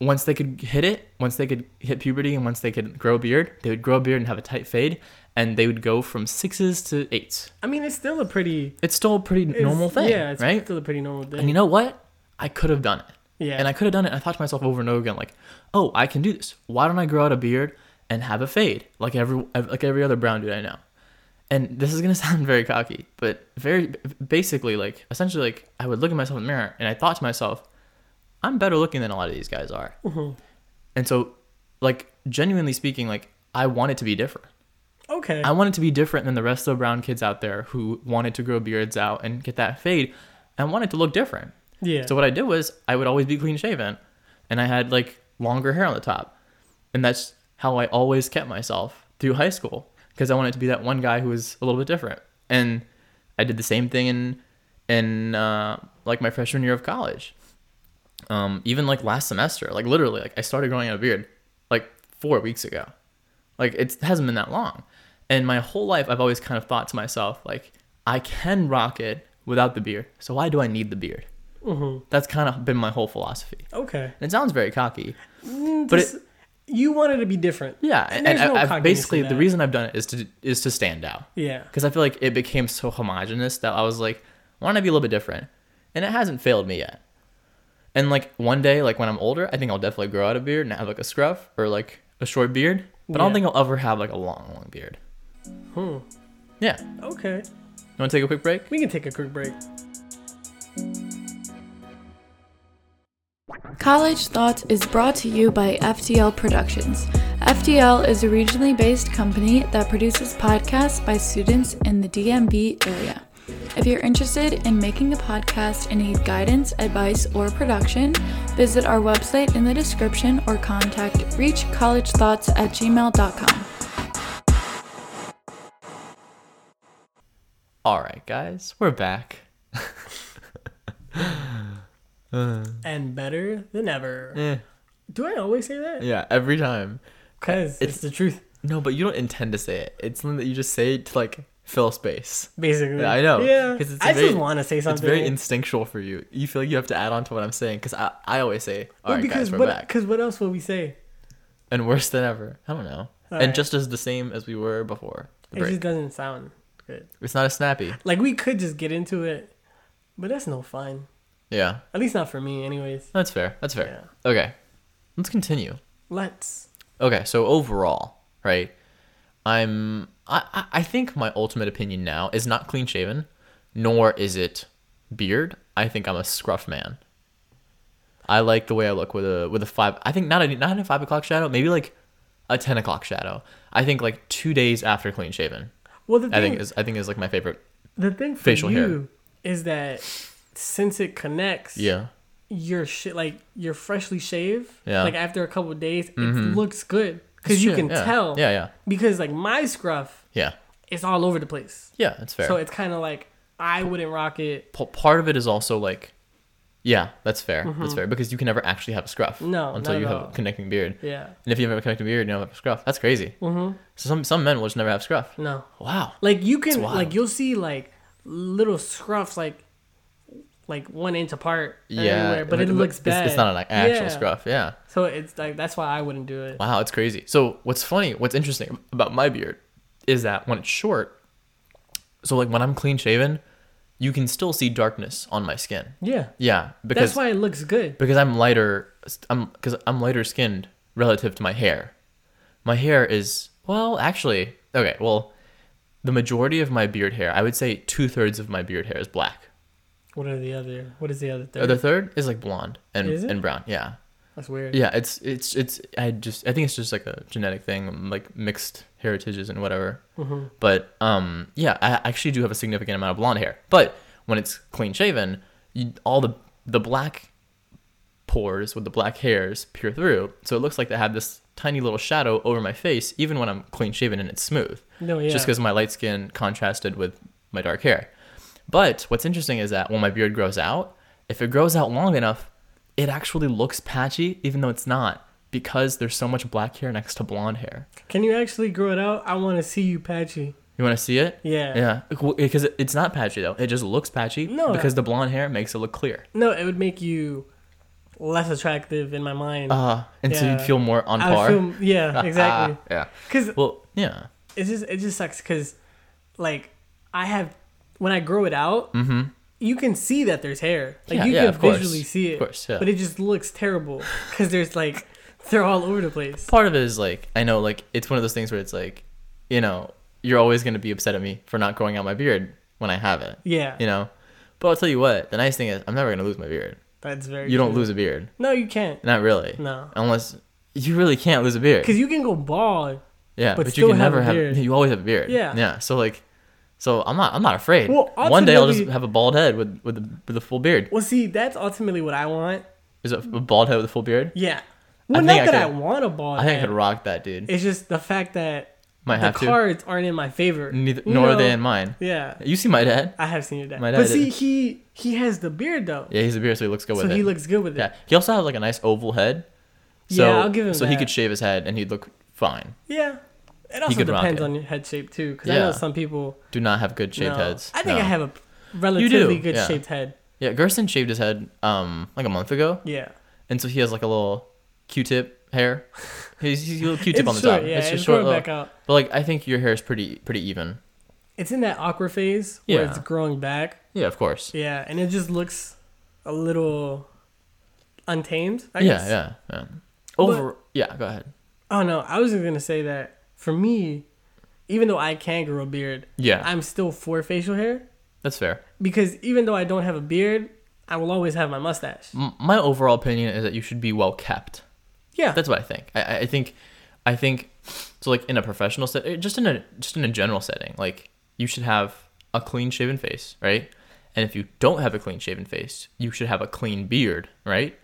Speaker 2: Once they could hit it, once they could hit puberty, and once they could grow a beard, they would grow a beard and have a tight fade, and they would go from sixes to eights.
Speaker 1: I mean, it's still a pretty
Speaker 2: It's still a pretty
Speaker 1: it's-
Speaker 2: normal thing,
Speaker 1: Yeah, it's
Speaker 2: right?
Speaker 1: still a pretty normal
Speaker 2: And
Speaker 1: thing.
Speaker 2: you know what? I could have done it.
Speaker 1: Yeah.
Speaker 2: And I could have done it. And I thought to myself over and over again, like, oh, I can do this. Why don't I grow out a beard and have a fade like every like every other brown dude I know? And this is gonna *laughs* sound very cocky, but very basically, like, essentially, like, I would look at myself in the mirror and I thought to myself, I'm better looking than a lot of these guys are. And so, like, genuinely speaking, like, I wanted to be different.
Speaker 1: okay.
Speaker 2: I wanted to be different than the rest of the brown kids out there who wanted to grow beards out and get that fade and wanted to look different.
Speaker 1: yeah.
Speaker 2: So what I did was I would always be clean shaven, and I had like longer hair on the top, and that's how I always kept myself through high school because I wanted to be that one guy who was a little bit different. And I did the same thing in in uh, like my freshman year of college, um, even like last semester. Like literally, like I started growing out a beard like four weeks ago. Like it's, it hasn't been that long, and my whole life I've always kind of thought to myself like I can rock it without the beard. So why do I need the beard?
Speaker 1: Mhm.
Speaker 2: That's kind of been my whole philosophy.
Speaker 1: Okay.
Speaker 2: And it sounds very cocky.
Speaker 1: Mm,
Speaker 2: But
Speaker 1: just- you wanted to be different.
Speaker 2: Yeah, and,
Speaker 1: And there's
Speaker 2: I,
Speaker 1: no
Speaker 2: I've
Speaker 1: cockiness
Speaker 2: basically
Speaker 1: in
Speaker 2: the
Speaker 1: that.
Speaker 2: reason I've done it is to is to stand out.
Speaker 1: Yeah.
Speaker 2: Because I feel like it became so homogenous that I was like, why don't I be a little bit different? And it hasn't failed me yet. And like one day, like when I'm older, I think I'll definitely grow out a beard and have like a scruff or like a short beard. But I don't
Speaker 1: Yeah.
Speaker 2: think I'll ever have like a long, long beard.
Speaker 1: Hmm.
Speaker 2: Yeah. You
Speaker 1: Okay.
Speaker 2: want to take a quick break?
Speaker 1: We can take a quick break.
Speaker 3: College Thoughts is brought to you by FDL Productions. FDL is a regionally based company that produces podcasts by students in the DMV area. If you're interested in making a podcast and need guidance, advice, or production, visit our website in the description or contact reachcollegethoughts at gmail.com.
Speaker 2: All right, guys, we're back.
Speaker 1: And better than ever.
Speaker 2: Eh.
Speaker 1: Do I always say that?
Speaker 2: Yeah, every time.
Speaker 1: Because it's, the truth.
Speaker 2: No, but you don't intend to say it. It's something that you just say to like fill space.
Speaker 1: basically.
Speaker 2: Yeah, I know.
Speaker 1: Yeah.
Speaker 2: 'Cause it's
Speaker 1: I
Speaker 2: very-
Speaker 1: just want to say something.
Speaker 2: It's very instinctual for you. You feel like you have to add on to what I'm saying because I, I always say, all
Speaker 1: Well,
Speaker 2: right,
Speaker 1: because
Speaker 2: guys, we're
Speaker 1: what?
Speaker 2: back.
Speaker 1: Because what else would we say?
Speaker 2: And worse than ever. I don't know. and
Speaker 1: right.
Speaker 2: just as the same as we were before the
Speaker 1: It
Speaker 2: break.
Speaker 1: just doesn't sound good.
Speaker 2: It's not as snappy.
Speaker 1: Like we could just get into it, but that's no fun.
Speaker 2: Yeah.
Speaker 1: At least not for me, anyways.
Speaker 2: That's fair. That's fair. Okay. Let's continue.
Speaker 1: Let's.
Speaker 2: Okay, so overall, right? I'm I I- I think my ultimate opinion now is not clean shaven, nor is it beard. I think I'm a scruff man. I like the way I look with a with a five. I think not a not a five o'clock shadow. Maybe like a ten o'clock shadow. I think like two days after clean shaven.
Speaker 1: Well, the
Speaker 2: I
Speaker 1: thing
Speaker 2: think is I think is like my favorite.
Speaker 1: the thing for
Speaker 2: facial hair.
Speaker 1: you is that since it connects,
Speaker 2: Yeah.
Speaker 1: your shit like you're freshly shaved.
Speaker 2: Yeah.
Speaker 1: Like after a couple days, it looks good because you
Speaker 2: Shit,
Speaker 1: can
Speaker 2: yeah.
Speaker 1: tell.
Speaker 2: Yeah, yeah,
Speaker 1: Because like my scruff,
Speaker 2: yeah,
Speaker 1: it's all over the place.
Speaker 2: yeah. That's fair.
Speaker 1: So it's kind of like I wouldn't rock it.
Speaker 2: p- part of it is also like yeah that's fair that's fair because you can never actually have a scruff
Speaker 1: Mm-hmm. No,
Speaker 2: until
Speaker 1: not
Speaker 2: you
Speaker 1: at
Speaker 2: have
Speaker 1: all.
Speaker 2: a connecting beard
Speaker 1: Yeah.
Speaker 2: and if you have a connecting beard you don't have a scruff that's crazy mm-hmm. so some some men will just never have scruff
Speaker 1: No.
Speaker 2: wow
Speaker 1: Mm. Like you can
Speaker 2: wild.
Speaker 1: like you'll see like little scruffs like like one inch apart.
Speaker 2: yeah
Speaker 1: everywhere, but it, looks
Speaker 2: it's,
Speaker 1: bad.
Speaker 2: it's not an actual
Speaker 1: Yeah.
Speaker 2: scruff yeah
Speaker 1: So it's like that's why I wouldn't do it.
Speaker 2: wow it's crazy so what's funny what's interesting about my beard is that when it's short so like when i'm clean shaven you can still see darkness on my skin
Speaker 1: Yeah.
Speaker 2: yeah because
Speaker 1: That's why it looks good.
Speaker 2: because I'm lighter. I'm because I'm lighter skinned relative to my hair. My hair is well, actually, okay. Well, the majority of my beard hair, I would say two thirds of my beard hair is black.
Speaker 1: What are the other? What is the other
Speaker 2: The
Speaker 1: third?
Speaker 2: other third is like blonde and
Speaker 1: Is it?
Speaker 2: and brown. Yeah,
Speaker 1: That's weird.
Speaker 2: yeah. It's it's it's. I just I think it's just like a genetic thing, like mixed heritages and whatever. But um, yeah, I actually do have a significant amount of blonde hair. But when it's clean shaven, you, all the the black pores with the black hairs peer through. So it looks like they have this tiny little shadow over my face, even when I'm clean shaven and it's smooth.
Speaker 1: No, yeah.
Speaker 2: Just because my light skin contrasted with my dark hair. But what's interesting is that when my beard grows out, if it grows out long enough, it actually looks patchy, even though it's not, because there's so much black hair next to blonde hair.
Speaker 1: Can you actually grow it out? I want to see you patchy.
Speaker 2: You want to see it?
Speaker 1: Yeah.
Speaker 2: Yeah. Because it's not patchy, though. It just looks patchy
Speaker 1: No,
Speaker 2: because the blonde hair makes it look clear.
Speaker 1: No, it would make you less attractive in my mind.
Speaker 2: Uh, and so
Speaker 1: Uh-huh. Yeah.
Speaker 2: you'd feel more on
Speaker 1: I would
Speaker 2: par. *laughs* Ah,
Speaker 1: feel- yeah, exactly.
Speaker 2: yeah.
Speaker 1: Because
Speaker 2: Well, yeah.
Speaker 1: it just it just sucks. Because like I have when I grow it out, mm-hmm. you can see that there's hair. Like
Speaker 2: Yeah,
Speaker 1: you
Speaker 2: yeah,
Speaker 1: can
Speaker 2: of course.
Speaker 1: visually see it.
Speaker 2: Of course, yeah.
Speaker 1: But it just looks terrible because there's like they're all over the place.
Speaker 2: part of it is like I know like it's one of those things where it's like, you know, you're always gonna be upset at me for not growing out my beard when I have it.
Speaker 1: Yeah.
Speaker 2: You know? But I'll tell you what, the nice thing is I'm never gonna lose my beard.
Speaker 1: That's very.
Speaker 2: You don't
Speaker 1: true.
Speaker 2: lose a beard.
Speaker 1: No, you can't.
Speaker 2: Not really.
Speaker 1: No.
Speaker 2: Unless you really can't lose a beard.
Speaker 1: Because you can go bald.
Speaker 2: Yeah,
Speaker 1: but
Speaker 2: but,
Speaker 1: still
Speaker 2: you can
Speaker 1: have
Speaker 2: never
Speaker 1: a
Speaker 2: have
Speaker 1: beard.
Speaker 2: you always have a beard.
Speaker 1: Yeah.
Speaker 2: Yeah. So like so I'm not I'm not afraid.
Speaker 1: Well,
Speaker 2: one day I'll just
Speaker 1: ultimately-
Speaker 2: have a bald head with with a, with a full beard.
Speaker 1: Well, see, that's ultimately what I want.
Speaker 2: Is it a bald head with a full beard?
Speaker 1: Yeah. Well,
Speaker 2: think
Speaker 1: not
Speaker 2: I
Speaker 1: that I
Speaker 2: could-
Speaker 1: want a bald
Speaker 2: I think I
Speaker 1: head.
Speaker 2: could rock that dude.
Speaker 1: It's just the fact that
Speaker 2: Might
Speaker 1: the
Speaker 2: have to.
Speaker 1: cards aren't in my favor.
Speaker 2: Neither,
Speaker 1: You
Speaker 2: nor are
Speaker 1: know-
Speaker 2: they in mine.
Speaker 1: Yeah,
Speaker 2: You see my dad?
Speaker 1: I have seen your dad.
Speaker 2: My
Speaker 1: but
Speaker 2: dad
Speaker 1: see,
Speaker 2: is-
Speaker 1: he he has the beard though,
Speaker 2: Yeah, he's a beard, so he looks good
Speaker 1: so
Speaker 2: with it.
Speaker 1: he looks good with it.
Speaker 2: Yeah, he also has like a nice oval head. So,
Speaker 1: Yeah, I'll give him
Speaker 2: So he
Speaker 1: that.
Speaker 2: could shave his head and he'd look fine.
Speaker 1: Yeah, it also
Speaker 2: could rock
Speaker 1: depends
Speaker 2: it.
Speaker 1: on your head shape too, because I
Speaker 2: Yeah.
Speaker 1: know some people.
Speaker 2: Do not have good shaved
Speaker 1: no.
Speaker 2: heads.
Speaker 1: I think
Speaker 2: No.
Speaker 1: I have a relatively good
Speaker 2: yeah.
Speaker 1: shaped head.
Speaker 2: Yeah, Gerson shaved his head um like a month ago,
Speaker 1: Yeah,
Speaker 2: and so he has like a little
Speaker 1: *laughs*
Speaker 2: Q-tip hair. He's, he's a little Q-tip
Speaker 1: It's
Speaker 2: on the
Speaker 1: short,
Speaker 2: top.
Speaker 1: yeah,
Speaker 2: just
Speaker 1: it's
Speaker 2: short
Speaker 1: growing
Speaker 2: little-
Speaker 1: back out.
Speaker 2: But like, I think your hair is pretty pretty even.
Speaker 1: it's in that awkward phase where
Speaker 2: Yeah.
Speaker 1: it's growing back.
Speaker 2: Yeah, of course.
Speaker 1: Yeah, and it just looks a little untamed. I
Speaker 2: yeah,
Speaker 1: guess.
Speaker 2: yeah, yeah. Over. yeah, go ahead.
Speaker 1: Oh no, I was just gonna say that for me, even though I can grow a beard,
Speaker 2: Yeah.
Speaker 1: I'm still for facial hair
Speaker 2: That's fair.
Speaker 1: because even though I don't have a beard, I will always have my mustache.
Speaker 2: M- my overall opinion is that you should be well kept.
Speaker 1: Yeah,
Speaker 2: That's what I think. I- I, I think, I think, so like in a professional set, eh, just in a just in a general setting, like you should have a clean shaven face, right? And if you don't have a clean shaven face, you should have a clean beard, right?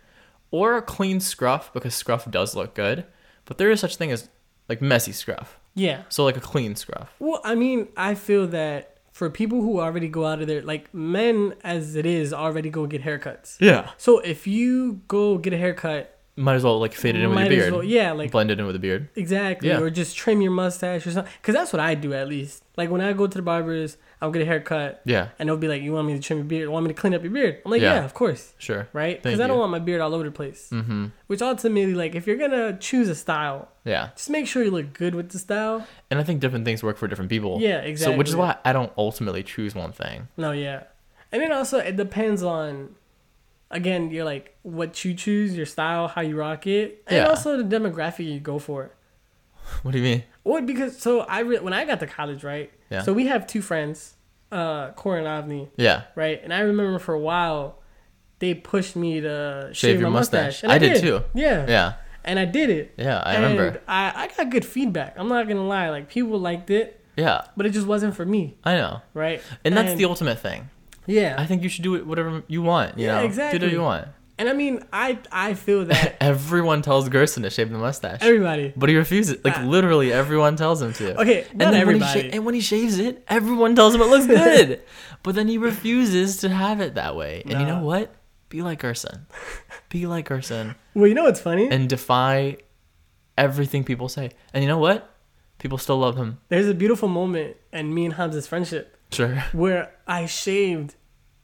Speaker 2: Or a clean scruff because scruff does look good, but there is such thing as like messy scruff.
Speaker 1: yeah.
Speaker 2: So like a clean scruff.
Speaker 1: Well, I mean, I feel that for people who already go out of their like men as it is already go get haircuts.
Speaker 2: Yeah.
Speaker 1: So if you go get a haircut
Speaker 2: might as well like fade it in with
Speaker 1: Might
Speaker 2: your
Speaker 1: as
Speaker 2: beard.
Speaker 1: well- yeah, like-
Speaker 2: blend it in with a beard.
Speaker 1: Exactly.
Speaker 2: Yeah.
Speaker 1: Or just trim your mustache or something. Because that's what I do at least. Like when I go to the barbers, I'll get a haircut.
Speaker 2: Yeah,
Speaker 1: And they'll be like, You want me to trim your beard? Want me to clean up your beard? I'm like,
Speaker 2: Yeah.
Speaker 1: Yeah, of course.
Speaker 2: sure.
Speaker 1: Right?
Speaker 2: Thank
Speaker 1: Because I don't
Speaker 2: you.
Speaker 1: want my beard all over the place.
Speaker 2: Mm-hmm.
Speaker 1: Which ultimately, like, if you're going to choose a style,
Speaker 2: Yeah,
Speaker 1: just make sure you look good with the style.
Speaker 2: and I think different things work for different people.
Speaker 1: Yeah,
Speaker 2: So which
Speaker 1: exactly.
Speaker 2: is why I don't ultimately choose one thing.
Speaker 1: No, yeah. And then also, it depends on, again, you're like, what you choose, your style, how you rock it, and
Speaker 2: Yeah.
Speaker 1: also the demographic you go for.
Speaker 2: What do you mean?
Speaker 1: Well, because so I re- when I got to college, right?
Speaker 2: Yeah.
Speaker 1: So we have two friends, uh, Core and Avni,
Speaker 2: Yeah,
Speaker 1: right? And I remember for a while, they pushed me to shave,
Speaker 2: Shave your
Speaker 1: my mustache.
Speaker 2: mustache.
Speaker 1: and
Speaker 2: I did too.
Speaker 1: Yeah.
Speaker 2: yeah,
Speaker 1: And I did it.
Speaker 2: yeah. I
Speaker 1: and
Speaker 2: remember.
Speaker 1: I, I got good feedback. I'm not gonna lie. Like people liked it,
Speaker 2: Yeah,
Speaker 1: but it just wasn't for me,
Speaker 2: I know.
Speaker 1: right?
Speaker 2: And that's the ultimate thing.
Speaker 1: yeah.
Speaker 2: I think you should do it whatever you want. You
Speaker 1: Yeah,
Speaker 2: know? Do
Speaker 1: exactly.
Speaker 2: what you want. *laughs*
Speaker 1: and I mean, I I feel that *laughs*
Speaker 2: everyone tells Gerson to shave the mustache,
Speaker 1: everybody.
Speaker 2: but he refuses. Like
Speaker 1: Ah.
Speaker 2: literally, everyone tells him to.
Speaker 1: Okay, not
Speaker 2: then when he
Speaker 1: everybody.
Speaker 2: sha- and when he shaves it, everyone tells him it
Speaker 1: *laughs*
Speaker 2: looks good, but then he refuses to have it that way. And you
Speaker 1: Nah.
Speaker 2: know what? Be like Gerson. Be like Gerson
Speaker 1: Well, you know what's funny?
Speaker 2: and defy everything people say. And you know what? People still love him.
Speaker 1: There's a beautiful moment in me and Hamza's friendship
Speaker 2: Sure.
Speaker 1: where I shaved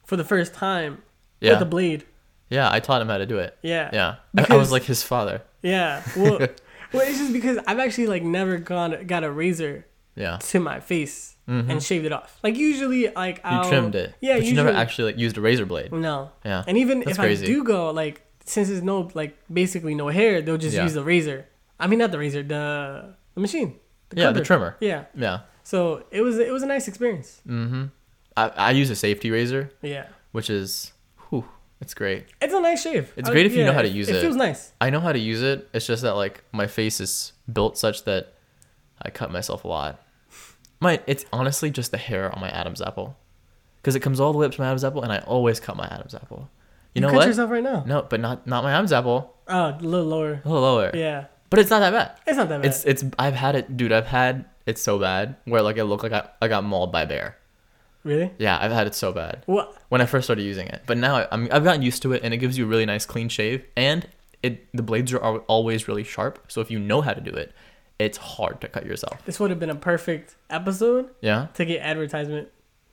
Speaker 1: for the first time
Speaker 2: Yeah.
Speaker 1: with a blade.
Speaker 2: Yeah, I taught him how to do it.
Speaker 1: Yeah.
Speaker 2: Yeah. I- I
Speaker 1: Because-
Speaker 2: was like his father.
Speaker 1: Yeah.
Speaker 2: *laughs*
Speaker 1: Well, well, it's just because I've actually like never gone got a razor
Speaker 2: Yeah.
Speaker 1: to my face and shaved it off. Like usually, like
Speaker 2: Mm-hmm. You
Speaker 1: I'll,
Speaker 2: trimmed it.
Speaker 1: Yeah.
Speaker 2: But
Speaker 1: usually,
Speaker 2: you never actually like used a razor blade.
Speaker 1: No.
Speaker 2: Yeah.
Speaker 1: And even
Speaker 2: That's
Speaker 1: if
Speaker 2: crazy.
Speaker 1: I do go, like since there's no like basically no hair, they'll just
Speaker 2: Yeah.
Speaker 1: use the razor. I mean, not the razor, the the machine.
Speaker 2: Yeah, the
Speaker 1: clipper.
Speaker 2: trimmer. Mm.
Speaker 1: Yeah.
Speaker 2: Yeah.
Speaker 1: So it was it was a nice experience.
Speaker 2: I, I use a safety razor,
Speaker 1: Yeah.
Speaker 2: which is, whew, it's great.
Speaker 1: It's a nice shave.
Speaker 2: It's
Speaker 1: I-
Speaker 2: great if you know
Speaker 1: yeah,
Speaker 2: how to use it.
Speaker 1: It feels nice.
Speaker 2: I know how to use it. It's just that like my face is built such that I cut myself a lot. My it's honestly just the hair on my Adam's apple, because it comes all the way up to my Adam's apple, and I always cut my Adam's apple. You, know
Speaker 1: cut
Speaker 2: what?
Speaker 1: yourself right now.
Speaker 2: No, but not not my Adam's apple.
Speaker 1: Oh, a little lower.
Speaker 2: *laughs* A little lower.
Speaker 1: Yeah.
Speaker 2: But it's not that bad.
Speaker 1: It's not that bad.
Speaker 2: It's it's I've had it, dude. I've had it so bad where like it looked like I, I got mauled by a bear.
Speaker 1: really?
Speaker 2: Yeah, I've had it so bad.
Speaker 1: Well,
Speaker 2: when I first started using it. But now I, I'm, I've gotten used to it, and it gives you a really nice clean shave. And it the blades are al- always really sharp, so if you know how to do it, it's hard to cut yourself.
Speaker 1: this would have been a perfect episode
Speaker 2: Yeah.
Speaker 1: to get advertisement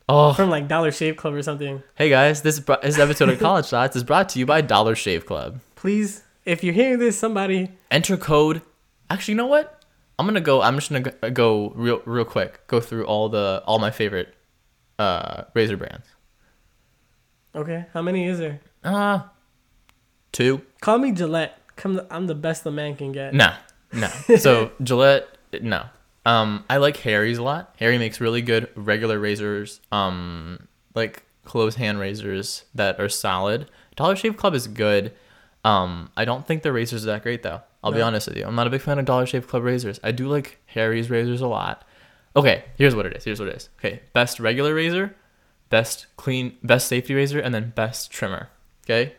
Speaker 2: Oh,
Speaker 1: from like Dollar Shave Club or something.
Speaker 2: hey guys, this is bro- this episode of College Shots is brought to you by Dollar Shave Club.
Speaker 1: Please, if you're hearing this, somebody.
Speaker 2: Enter code. Actually, you know what? I'm gonna go. I'm just gonna go- go real real quick. Go through all the all my favorite uh, razor brands.
Speaker 1: Okay, how many is there?
Speaker 2: Ah, two.
Speaker 1: Call me Gillette. Come, I'm the best a man can get.
Speaker 2: No, no. So Gillette, no. Um, I like Harry's a lot. Harry makes really good regular razors, um, like closed hand razors that are solid. Dollar Shave Club is good. Um, I don't think their razors are that great though. I'll be
Speaker 1: No.
Speaker 2: honest with you. I'm not a big fan of Dollar Shave Club razors. I do like Harry's razors a lot. Okay, here's what it is. Here's what it is. Okay, best regular razor, best clean, best safety razor, and then best trimmer. Okay,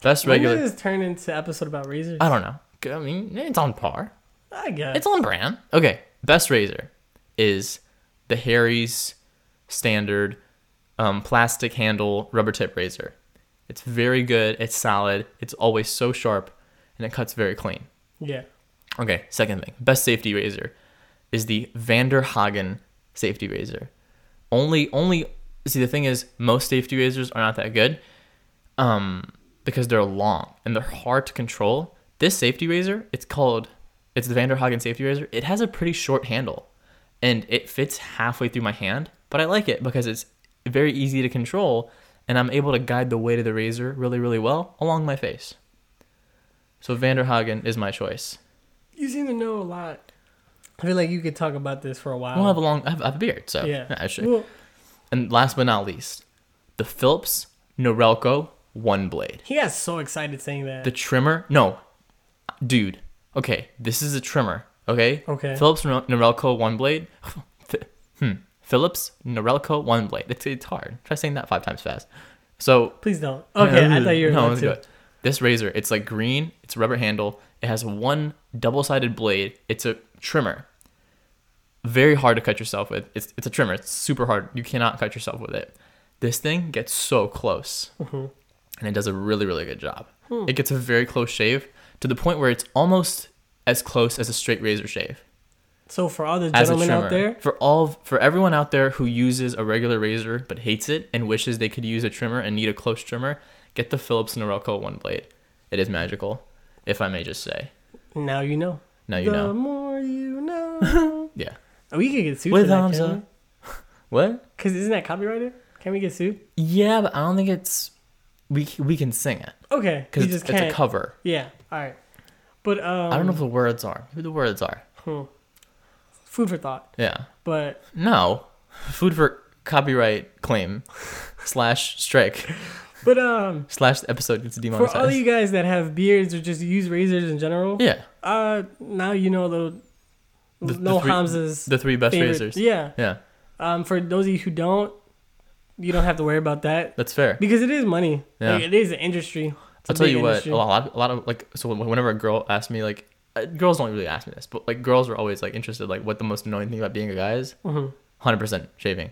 Speaker 2: best
Speaker 1: When did
Speaker 2: regular.
Speaker 1: this turn into episode about razors?
Speaker 2: I don't know. I mean, it's on par.
Speaker 1: I guess.
Speaker 2: It's on brand. Okay, best razor is the Harry's standard um, plastic handle rubber tip razor. It's very good. It's solid. It's always so sharp, and it cuts very clean.
Speaker 1: yeah.
Speaker 2: Okay, second thing, best safety razor is the Vanderhagen safety razor. Only, only. See, the thing is, most safety razors are not that good, um, because they're long and they're hard to control. This safety razor, it's called, it's the Vanderhagen safety razor. It has a pretty short handle, and it fits halfway through my hand. But I like it because it's very easy to control, and I'm able to guide the weight of the razor really, really well along my face. So Vanderhagen is my choice.
Speaker 1: You seem to know a lot. I feel like you could talk about this for a while.
Speaker 2: I don't have a long. I have, I have a beard, so
Speaker 1: Oh. yeah.
Speaker 2: I should.
Speaker 1: Well,
Speaker 2: and last but not least, the Phillips Norelco One Blade.
Speaker 1: he got so excited saying that.
Speaker 2: The trimmer, no, dude. Okay, this is a trimmer. Okay.
Speaker 1: Okay.
Speaker 2: Phillips Nor- Norelco One Blade. *laughs* Th- hmm. Phillips Norelco One Blade. It's it's hard. Try saying that five times fast. So
Speaker 1: Please don't. Okay, I thought you were
Speaker 2: no,
Speaker 1: about
Speaker 2: it's
Speaker 1: to.
Speaker 2: good. This razor, it's like green. It's rubber handle. It has one double-sided blade. It's a trimmer. Very hard to cut yourself with. It's it's a trimmer. It's super hard. You cannot cut yourself with it. This thing
Speaker 1: Mm-hmm. Hmm.
Speaker 2: gets so close, and it does a really really good job. It gets a very close shave to the point where it's almost as close as a straight razor shave.
Speaker 1: So for all the
Speaker 2: As a
Speaker 1: gentlemen
Speaker 2: trimmer,
Speaker 1: out there,
Speaker 2: for all for everyone out there who uses a regular razor but hates it and wishes they could use a trimmer and need a close trimmer, get the Phillips Norelco one blade. It is magical, if I may just say.
Speaker 1: now you know.
Speaker 2: Now you
Speaker 1: the
Speaker 2: know.
Speaker 1: more you
Speaker 2: *laughs*
Speaker 1: know. Oh,
Speaker 2: Yeah.
Speaker 1: we could get sued
Speaker 2: With
Speaker 1: for that,
Speaker 2: arms
Speaker 1: can't
Speaker 2: up. *laughs* What?
Speaker 1: Because isn't that copyrighted? Can we get sued?
Speaker 2: Yeah, but I don't think it's we c- we can sing it
Speaker 1: Okay, we
Speaker 2: because it's,
Speaker 1: just
Speaker 2: it's
Speaker 1: can't.
Speaker 2: a cover.
Speaker 1: yeah, all right. But um,
Speaker 2: I don't know if the words are. Who the words are?
Speaker 1: hmm. food for thought.
Speaker 2: Yeah.
Speaker 1: But
Speaker 2: No. Food for copyright claim *laughs* slash strike *laughs*
Speaker 1: but um,
Speaker 2: slash episode gets
Speaker 1: for
Speaker 2: demonetized.
Speaker 1: all you guys that have beards or just use razors in general,
Speaker 2: yeah.
Speaker 1: uh, now you know the,
Speaker 2: The- the
Speaker 1: no
Speaker 2: three-
Speaker 1: Hamza's
Speaker 2: The three best
Speaker 1: favorite-
Speaker 2: razors.
Speaker 1: Yeah.
Speaker 2: Yeah.
Speaker 1: Um, for those of you who don't, you don't have to worry about that
Speaker 2: That's fair.
Speaker 1: because it is money.
Speaker 2: Yeah.
Speaker 1: Like, it is an industry. It's a
Speaker 2: I'll tell
Speaker 1: big
Speaker 2: you what.
Speaker 1: industry.
Speaker 2: A lot, a lot of like. So when- whenever a girl asks me like, uh, girls don't really ask me this, but like girls are always like interested like what the most annoying thing about being a guy is.
Speaker 1: Mhm.
Speaker 2: Hundred percent shaving.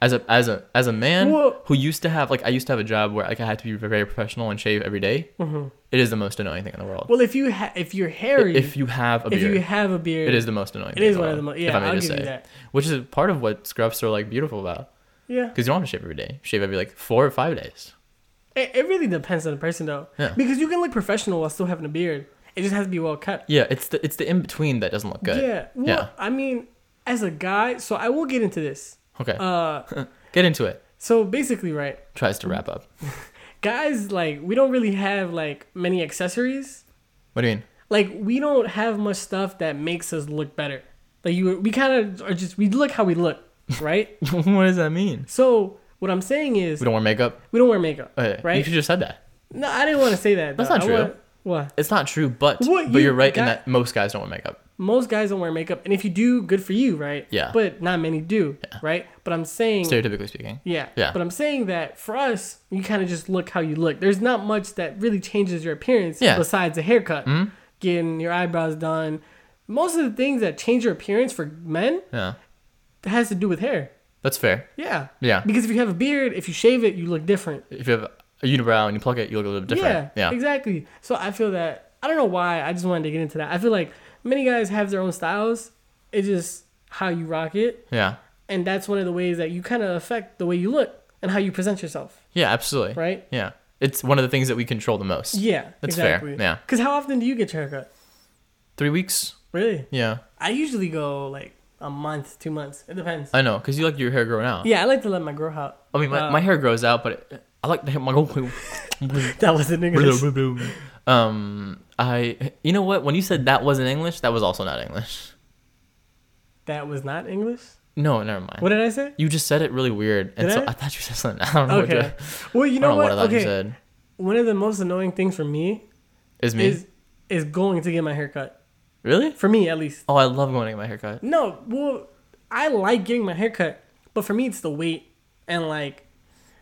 Speaker 2: As a as a as a man
Speaker 1: Whoa.
Speaker 2: who used to have like I used to have a job where like I had to be very professional and shave every day,
Speaker 1: Mm-hmm.
Speaker 2: it is the most annoying thing in the world.
Speaker 1: Well, if you ha- if you're hairy,
Speaker 2: if you have a
Speaker 1: if
Speaker 2: beard,
Speaker 1: you have a beard,
Speaker 2: it is the most annoying.
Speaker 1: it
Speaker 2: thing
Speaker 1: is
Speaker 2: in
Speaker 1: one of the
Speaker 2: world,
Speaker 1: most.
Speaker 2: if
Speaker 1: Yeah,
Speaker 2: I may
Speaker 1: I'll give
Speaker 2: just
Speaker 1: you
Speaker 2: say.
Speaker 1: that.
Speaker 2: Which is part of what scruffs are like beautiful about
Speaker 1: Yeah,
Speaker 2: because you don't have to shave every day. Shave every like four or five days.
Speaker 1: it, it really depends on the person though,
Speaker 2: Yeah.
Speaker 1: because you can look professional while still having a beard. It just has to be well cut.
Speaker 2: Yeah, it's the it's the in between that doesn't look good.
Speaker 1: Yeah. Well,
Speaker 2: Yeah.
Speaker 1: I mean, as a guy, so I will get into this.
Speaker 2: Okay. *laughs*
Speaker 1: Uh,
Speaker 2: Get into it.
Speaker 1: so basically, right,
Speaker 2: Tries to wrap up.
Speaker 1: guys, like we don't really have like many accessories.
Speaker 2: What do you mean?
Speaker 1: Like we don't have much stuff that makes us look better. Like you, we kind of are just we look how we
Speaker 2: *laughs*
Speaker 1: look, right? *laughs*
Speaker 2: what does that mean?
Speaker 1: so what I'm saying is
Speaker 2: We don't wear makeup.
Speaker 1: we don't wear makeup,
Speaker 2: Okay. You
Speaker 1: right?
Speaker 2: should just said that.
Speaker 1: No, I didn't want to say that.
Speaker 2: That's
Speaker 1: though.
Speaker 2: not
Speaker 1: I
Speaker 2: true.
Speaker 1: want- what?
Speaker 2: It's not true, but
Speaker 1: What,
Speaker 2: but
Speaker 1: you
Speaker 2: you're right in
Speaker 1: got-
Speaker 2: that most guys don't wear makeup.
Speaker 1: Most guys don't wear makeup, and if you do, good for you, right?
Speaker 2: Yeah.
Speaker 1: But not many do,
Speaker 2: Yeah.
Speaker 1: right? But I'm saying,
Speaker 2: Stereotypically speaking.
Speaker 1: yeah.
Speaker 2: Yeah.
Speaker 1: But I'm saying that for us, you kind of just look how you look. There's not much that really changes your appearance
Speaker 2: Yeah.
Speaker 1: besides a haircut,
Speaker 2: Mhm.
Speaker 1: getting your eyebrows done. Most of the things that change your appearance for men
Speaker 2: Yeah.
Speaker 1: has to do with hair.
Speaker 2: That's fair.
Speaker 1: Yeah.
Speaker 2: Yeah.
Speaker 1: Because if you have a beard, if you shave it, you look different.
Speaker 2: If you have a unibrow and you pluck it, you look a little bit different.
Speaker 1: Yeah, exactly. So I feel that I don't know why. I just wanted to get into that. I feel like many guys have their own styles. It's just how you rock it,
Speaker 2: Yeah.
Speaker 1: and that's one of the ways that you kind of affect the way you look and how you present yourself,
Speaker 2: Yeah, absolutely.
Speaker 1: right?
Speaker 2: Yeah. It's one of the things that we control the most.
Speaker 1: Yeah,
Speaker 2: That's fair,
Speaker 1: exactly.
Speaker 2: yeah.
Speaker 1: Because how often do you get your haircut?
Speaker 2: Three weeks?
Speaker 1: Really?
Speaker 2: Yeah.
Speaker 1: I usually go like a month, two months. It depends.
Speaker 2: I know, because you like your hair growing out.
Speaker 1: yeah, I like to let my grow out. *laughs*
Speaker 2: I mean, my,
Speaker 1: Uh,
Speaker 2: my hair grows out, but it, I like the hair. *laughs* My
Speaker 1: That was an English.
Speaker 2: um, I, you know what? When you said that wasn't English, that was also not English.
Speaker 1: that was not English.
Speaker 2: No, never mind.
Speaker 1: What did I say?
Speaker 2: You just said it really weird, and
Speaker 1: Did
Speaker 2: so
Speaker 1: I?
Speaker 2: I? thought you said something. *laughs* I don't know what,
Speaker 1: Okay.
Speaker 2: to,
Speaker 1: Well, you
Speaker 2: I
Speaker 1: know
Speaker 2: don't know what
Speaker 1: what?
Speaker 2: I thought you
Speaker 1: Okay.
Speaker 2: said.
Speaker 1: One of the most annoying things for me
Speaker 2: Is me
Speaker 1: is is going to get my hair cut.
Speaker 2: really?
Speaker 1: For me, at least.
Speaker 2: Oh, I love going to get my hair cut.
Speaker 1: No, well, I like getting my hair cut, but for me, it's the wait and like.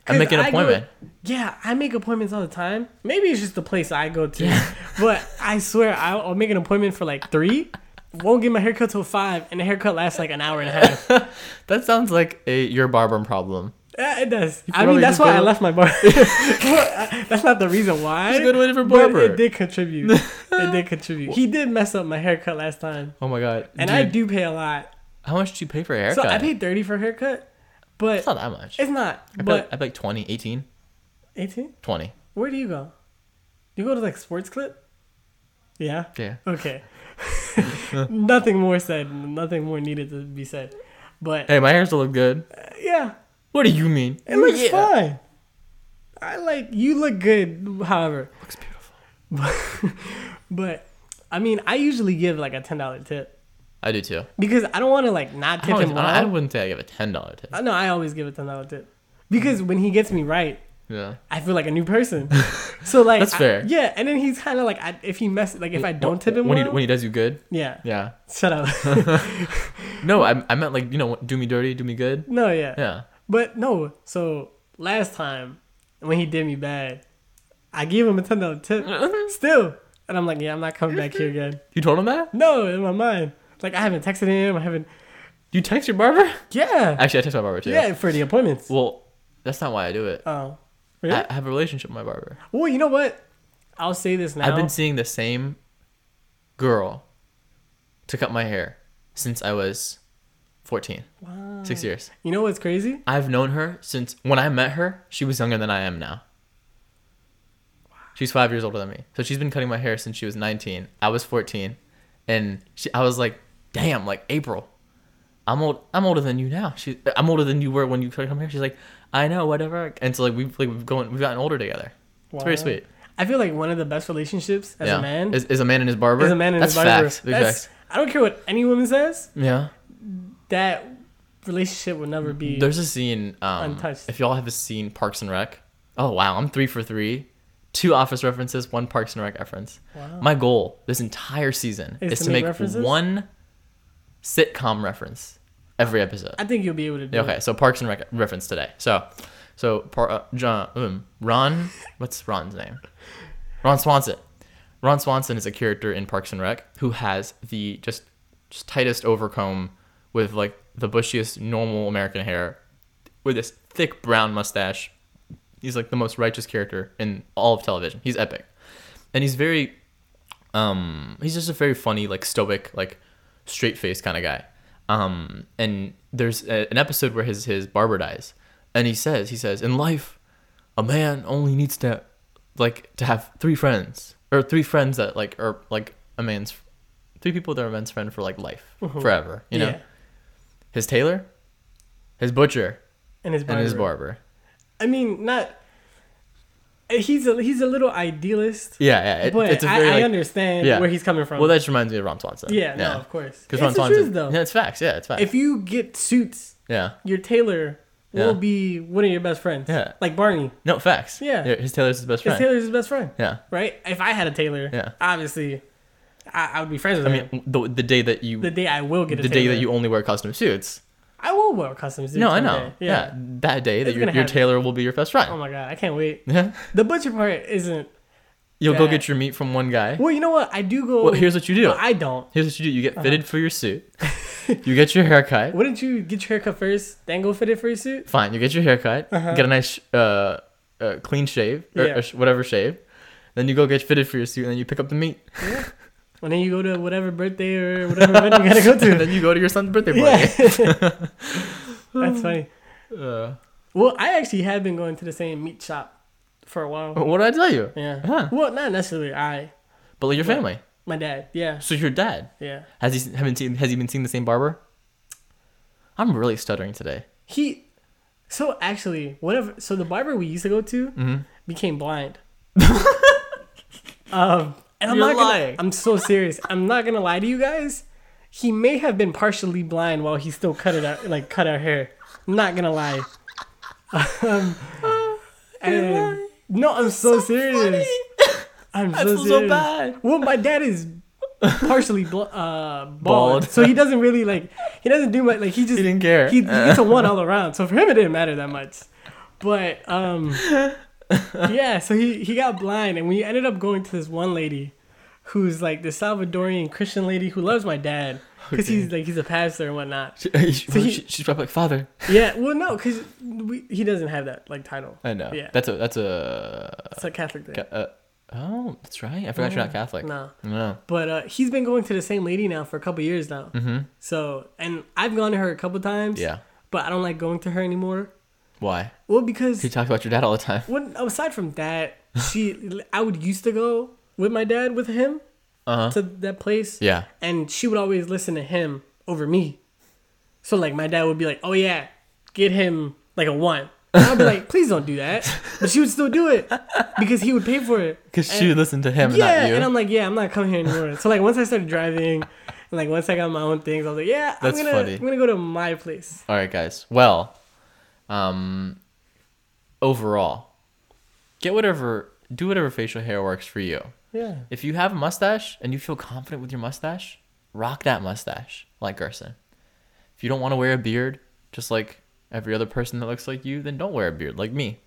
Speaker 2: I make
Speaker 1: 'cause
Speaker 2: an
Speaker 1: go-
Speaker 2: appointment.
Speaker 1: yeah, I make appointments all the time. Maybe it's just the place I go to, *laughs* but I swear I'll, I'll make an appointment for like three. Won't get my hair cut till five, and the haircut lasts like an hour and a
Speaker 2: *laughs*
Speaker 1: half.
Speaker 2: That sounds like a your barber problem.
Speaker 1: Yeah, it does. I
Speaker 2: probably
Speaker 1: mean, that's
Speaker 2: just
Speaker 1: why
Speaker 2: go-
Speaker 1: I left
Speaker 2: *laughs*
Speaker 1: my bar. *laughs* Well, I- that's not the reason why.
Speaker 2: Just go to a different
Speaker 1: but
Speaker 2: barber.
Speaker 1: It did contribute.
Speaker 2: *laughs*
Speaker 1: It did contribute. He did mess up my haircut last time,
Speaker 2: Oh my god!
Speaker 1: and
Speaker 2: Dude,
Speaker 1: I do pay a lot.
Speaker 2: How much do you pay for a haircut?
Speaker 1: So I paid thirty for a haircut, but
Speaker 2: It's not that much.
Speaker 1: It's not.
Speaker 2: I pay,
Speaker 1: but
Speaker 2: like, I pay like 20, 18,
Speaker 1: 18?
Speaker 2: 20.
Speaker 1: Where do you go? You go to like Sports Clip? Yeah.
Speaker 2: Yeah.
Speaker 1: Okay. *laughs* nothing more said. Nothing more needed to be said. But
Speaker 2: Hey, my hair still look good.
Speaker 1: yeah,
Speaker 2: What do you mean?
Speaker 1: it looks
Speaker 2: Yeah.
Speaker 1: fine. I like you look good, however.
Speaker 2: Looks beautiful.
Speaker 1: But I mean, I usually give like a ten dollar tip
Speaker 2: I do too.
Speaker 1: because I don't want to like not
Speaker 2: I,
Speaker 1: tip him.
Speaker 2: don't, I, I
Speaker 1: well.
Speaker 2: wouldn't say I give a ten dollar tip.
Speaker 1: I know I always give a ten dollar tip because when he gets me right,
Speaker 2: Yeah.
Speaker 1: I feel like a new person.
Speaker 2: *laughs*
Speaker 1: so like
Speaker 2: That's
Speaker 1: I-
Speaker 2: fair.
Speaker 1: yeah, and then he's kind of like, I, if he messes, like if I don't tip him
Speaker 2: when he
Speaker 1: well-
Speaker 2: when he does you good.
Speaker 1: yeah,
Speaker 2: Yeah.
Speaker 1: shut up. *laughs*
Speaker 2: *laughs* No, I I meant like you know do me dirty, do me good.
Speaker 1: no, yeah.
Speaker 2: Yeah.
Speaker 1: but no. So last time when he did me bad, I gave him a ten dollar
Speaker 2: *laughs*
Speaker 1: tip still, and I'm like, yeah, I'm not coming back here again.
Speaker 2: You told him that?
Speaker 1: No, in my mind, like I haven't texted him. I haven't.
Speaker 2: You text your barber?
Speaker 1: Yeah,
Speaker 2: Actually, I text my barber too.
Speaker 1: yeah, for the appointments.
Speaker 2: Well, that's not why I do it.
Speaker 1: oh, really?
Speaker 2: I I have a relationship with my barber.
Speaker 1: well, you know what? I'll say this now.
Speaker 2: I've been seeing the same girl to cut my hair since I was 14.
Speaker 1: Wow.
Speaker 2: Six years.
Speaker 1: You know what's crazy?
Speaker 2: I've known her since when I met her, she was younger than I am now. She's five years older than me. So she's been cutting my hair since she was 19. I was 14. And she, I was like, damn, like April. I'm old. I'm older than you now. She, I'm older than you were when you started coming here. She's like, I know, whatever. And so like we've like we've gone, we've gotten older together. It's very
Speaker 1: Wow.
Speaker 2: sweet.
Speaker 1: I feel like one of the best relationships as a man
Speaker 2: is, is a man and his barber.
Speaker 1: is a man and
Speaker 2: That's
Speaker 1: his barber.
Speaker 2: Facts. Big
Speaker 1: That's-
Speaker 2: facts.
Speaker 1: I don't care what any woman says.
Speaker 2: Yeah.
Speaker 1: That relationship will never be.
Speaker 2: There's a scene. Um,
Speaker 1: Untouched.
Speaker 2: If y'all have seen Parks and Rec, oh wow, I'm three for three. Two Office references, one Parks and Rec reference.
Speaker 1: Wow.
Speaker 2: My goal this entire season
Speaker 1: Is
Speaker 2: is,
Speaker 1: to
Speaker 2: to,
Speaker 1: make
Speaker 2: make
Speaker 1: references?
Speaker 2: one sitcom reference every episode.
Speaker 1: I think you'll be able to do.
Speaker 2: Yeah, okay, so Parks and Rec reference today. So, so par- uh, John, um, Ron, what's Ron's name? Ron Swanson. Ron Swanson is a character in Parks and Rec who has the just, just tightest overcomb with like the bushiest normal American hair, with this thick brown mustache. He's like the most righteous character in all of television. He's epic, and he's very um he's just a very funny like stoic like straight faced kind of guy um and there's a, an episode where his his barber dies and he says he says in life a man only needs to like to have three friends or three friends that like are like a man's three people that are a man's friend for like life forever you know
Speaker 1: Uh-huh. Yeah.
Speaker 2: his tailor his butcher
Speaker 1: And his barber.
Speaker 2: and his barber
Speaker 1: I mean, not. He's a he's a little idealist,
Speaker 2: yeah yeah it-
Speaker 1: but
Speaker 2: it's a
Speaker 1: I,
Speaker 2: very
Speaker 1: I
Speaker 2: like-
Speaker 1: understand
Speaker 2: yeah.
Speaker 1: where he's coming from.
Speaker 2: well that just reminds me of ron swanson
Speaker 1: yeah, no, of course. It's
Speaker 2: because ron
Speaker 1: the
Speaker 2: swanson
Speaker 1: truth, though.
Speaker 2: yeah it's facts yeah it's facts
Speaker 1: If you get suits,
Speaker 2: yeah
Speaker 1: your tailor will
Speaker 2: Yeah.
Speaker 1: be one of your best friends.
Speaker 2: Yeah.
Speaker 1: like Barney.
Speaker 2: No, facts.
Speaker 1: Yeah.
Speaker 2: His tailor's his best
Speaker 1: His
Speaker 2: friend.
Speaker 1: tailor's his best friend,
Speaker 2: yeah.
Speaker 1: right? If I had a tailor,
Speaker 2: Yeah.
Speaker 1: obviously, I, I would be friends with
Speaker 2: I
Speaker 1: him.
Speaker 2: mean, the, the day that you,
Speaker 1: the
Speaker 2: the,
Speaker 1: day I will get a
Speaker 2: day
Speaker 1: tailor.
Speaker 2: that you only wear custom suits.
Speaker 1: I will wear custom suits.
Speaker 2: no, I know.
Speaker 1: someday.
Speaker 2: Yeah. That day that
Speaker 1: It's
Speaker 2: your,
Speaker 1: gonna
Speaker 2: your
Speaker 1: happen.
Speaker 2: tailor will be your best friend.
Speaker 1: Oh my god, I can't wait.
Speaker 2: yeah.
Speaker 1: The butcher part isn't.
Speaker 2: *laughs* You'll go
Speaker 1: Yeah.
Speaker 2: get your meat from one guy.
Speaker 1: Well, you know what? I do go.
Speaker 2: Well, here's what you do.
Speaker 1: No, I Uh-huh. don't.
Speaker 2: Here's what you do. You get fitted for your suit.
Speaker 1: *laughs*
Speaker 2: you get your haircut.
Speaker 1: Wouldn't you get your haircut first, then go fit it for your suit?
Speaker 2: Fine. You get your haircut. Get a nice, uh, uh, clean shave or,
Speaker 1: Uh-huh. Yeah.
Speaker 2: or sh- whatever shave. Then you go get fitted for your suit, and then you pick up the meat.
Speaker 1: And then you go to whatever birthday or
Speaker 2: *laughs*
Speaker 1: whatever event you gotta go
Speaker 2: and
Speaker 1: to.
Speaker 2: then you go to your son's birthday
Speaker 1: yeah.
Speaker 2: party. *laughs*
Speaker 1: That's funny.
Speaker 2: Uh,
Speaker 1: Well, I actually have been going to the same meat shop for a while.
Speaker 2: what did I
Speaker 1: *laughs*
Speaker 2: tell you?
Speaker 1: Yeah.
Speaker 2: Oh. Huh.
Speaker 1: Well, not necessarily I.
Speaker 2: But like your
Speaker 1: What?
Speaker 2: family.
Speaker 1: My dad. Yeah.
Speaker 2: So your dad.
Speaker 1: Yeah.
Speaker 2: Has he haven't seen? Has he been seeing the same barber? I'm really stuttering today.
Speaker 1: He. So actually, whatever. So the barber we used to go to became blind. um, and I'm
Speaker 2: You're
Speaker 1: not gonna-
Speaker 2: lying.
Speaker 1: I'm so serious. I'm not gonna lie to you guys. He may have been partially blind while he still cut it out, like cut our hair. I'm not gonna lie. Um,
Speaker 2: *laughs*
Speaker 1: and- no, I'm so,
Speaker 2: *laughs*
Speaker 1: serious. I'm so serious.
Speaker 2: bad.
Speaker 1: Well, my dad
Speaker 2: *laughs*
Speaker 1: is partially bl- uh, bald,
Speaker 2: Bald.
Speaker 1: so he doesn't really like. He doesn't do much. Like he just
Speaker 2: He didn't care. Uh,
Speaker 1: He, *laughs* he gets a one all around. So for him, it didn't matter that much. But
Speaker 2: *laughs*
Speaker 1: um, yeah. So he he got blind, and we ended up going to this one lady, who's like the Salvadorian Christian lady who loves my dad because
Speaker 2: Okay.
Speaker 1: he's like he's a pastor and whatnot.
Speaker 2: *laughs* She,
Speaker 1: he-
Speaker 2: she- she's probably like father.
Speaker 1: Yeah. Well, no, because he doesn't have that like title.
Speaker 2: I know.
Speaker 1: Yeah.
Speaker 2: That's a that's a.
Speaker 1: It's a Catholic thing.
Speaker 2: ca- Uh, oh, that's right. I forgot you're not Catholic.
Speaker 1: Mm. No.
Speaker 2: No.
Speaker 1: But uh, he's been going to the same lady now for a couple years now. Mm-hmm. So, and I've gone to her a couple times.
Speaker 2: Yeah.
Speaker 1: But I don't like going to her anymore.
Speaker 2: Why?
Speaker 1: Well, because
Speaker 2: He talks about your dad all the
Speaker 1: *laughs*
Speaker 2: time.
Speaker 1: when, aside from that, she *laughs* I would used to go with my dad with him
Speaker 2: Uh huh.
Speaker 1: to that place.
Speaker 2: Yeah.
Speaker 1: And she would always listen to him over me. So like my dad would be like, "Oh yeah, get him like a one." And I'd be like, "Please don't do that," but she would still do it because he would pay for it.
Speaker 2: Because
Speaker 1: And-
Speaker 2: she would listen to him, and
Speaker 1: yeah,
Speaker 2: not you.
Speaker 1: and I'm like, yeah, I'm not coming here anymore. so like once I started driving, and like once I got my own things, I was like, yeah,
Speaker 2: That's
Speaker 1: I'm gonna
Speaker 2: funny.
Speaker 1: I'm gonna go to my place.
Speaker 2: all right, guys. Well, um, overall, get whatever, do whatever facial hair works for you.
Speaker 1: Yeah,
Speaker 2: If you have a mustache and you feel confident with your mustache, rock that mustache like Gerson. If you don't want to wear a beard, just like every other person that looks like you, then don't wear a beard like me.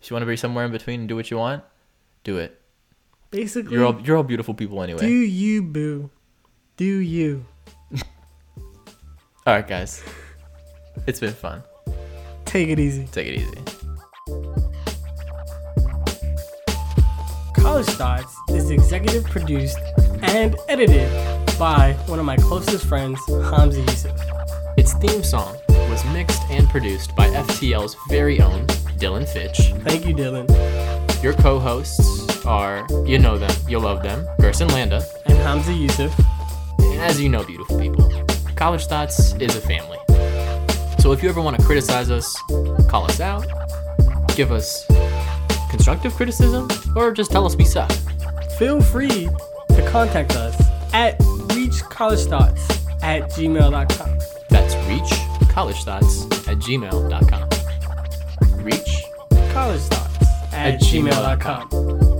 Speaker 2: If you want to be somewhere in between and do what you want, do it.
Speaker 1: basically,
Speaker 2: You're all you're all beautiful people anyway.
Speaker 1: do you boo? Do you?
Speaker 2: all right, guys. It's been fun.
Speaker 1: Take it easy.
Speaker 2: Take it easy.
Speaker 4: Go
Speaker 1: College Thoughts is executive produced and edited by one of my closest friends, Hamza Yusuf.
Speaker 2: Its theme song was mixed and produced by FTL's very own Dylan Fitch.
Speaker 1: Thank you, Dylan,
Speaker 2: Your co hosts are, you know them, you'll love them, Gerson Landa,
Speaker 1: and Hamza Yusuf.
Speaker 2: and as you know, beautiful people. College Thoughts is a family. So if you ever want to criticize us, call us out, give us constructive criticism, or just tell us we suck.
Speaker 1: Feel free to contact us at reachcollegethoughts at gmail.com.
Speaker 2: That's reachcollegethoughts at gmail.com. Reach
Speaker 1: College Thoughts at,
Speaker 2: at gmail.com.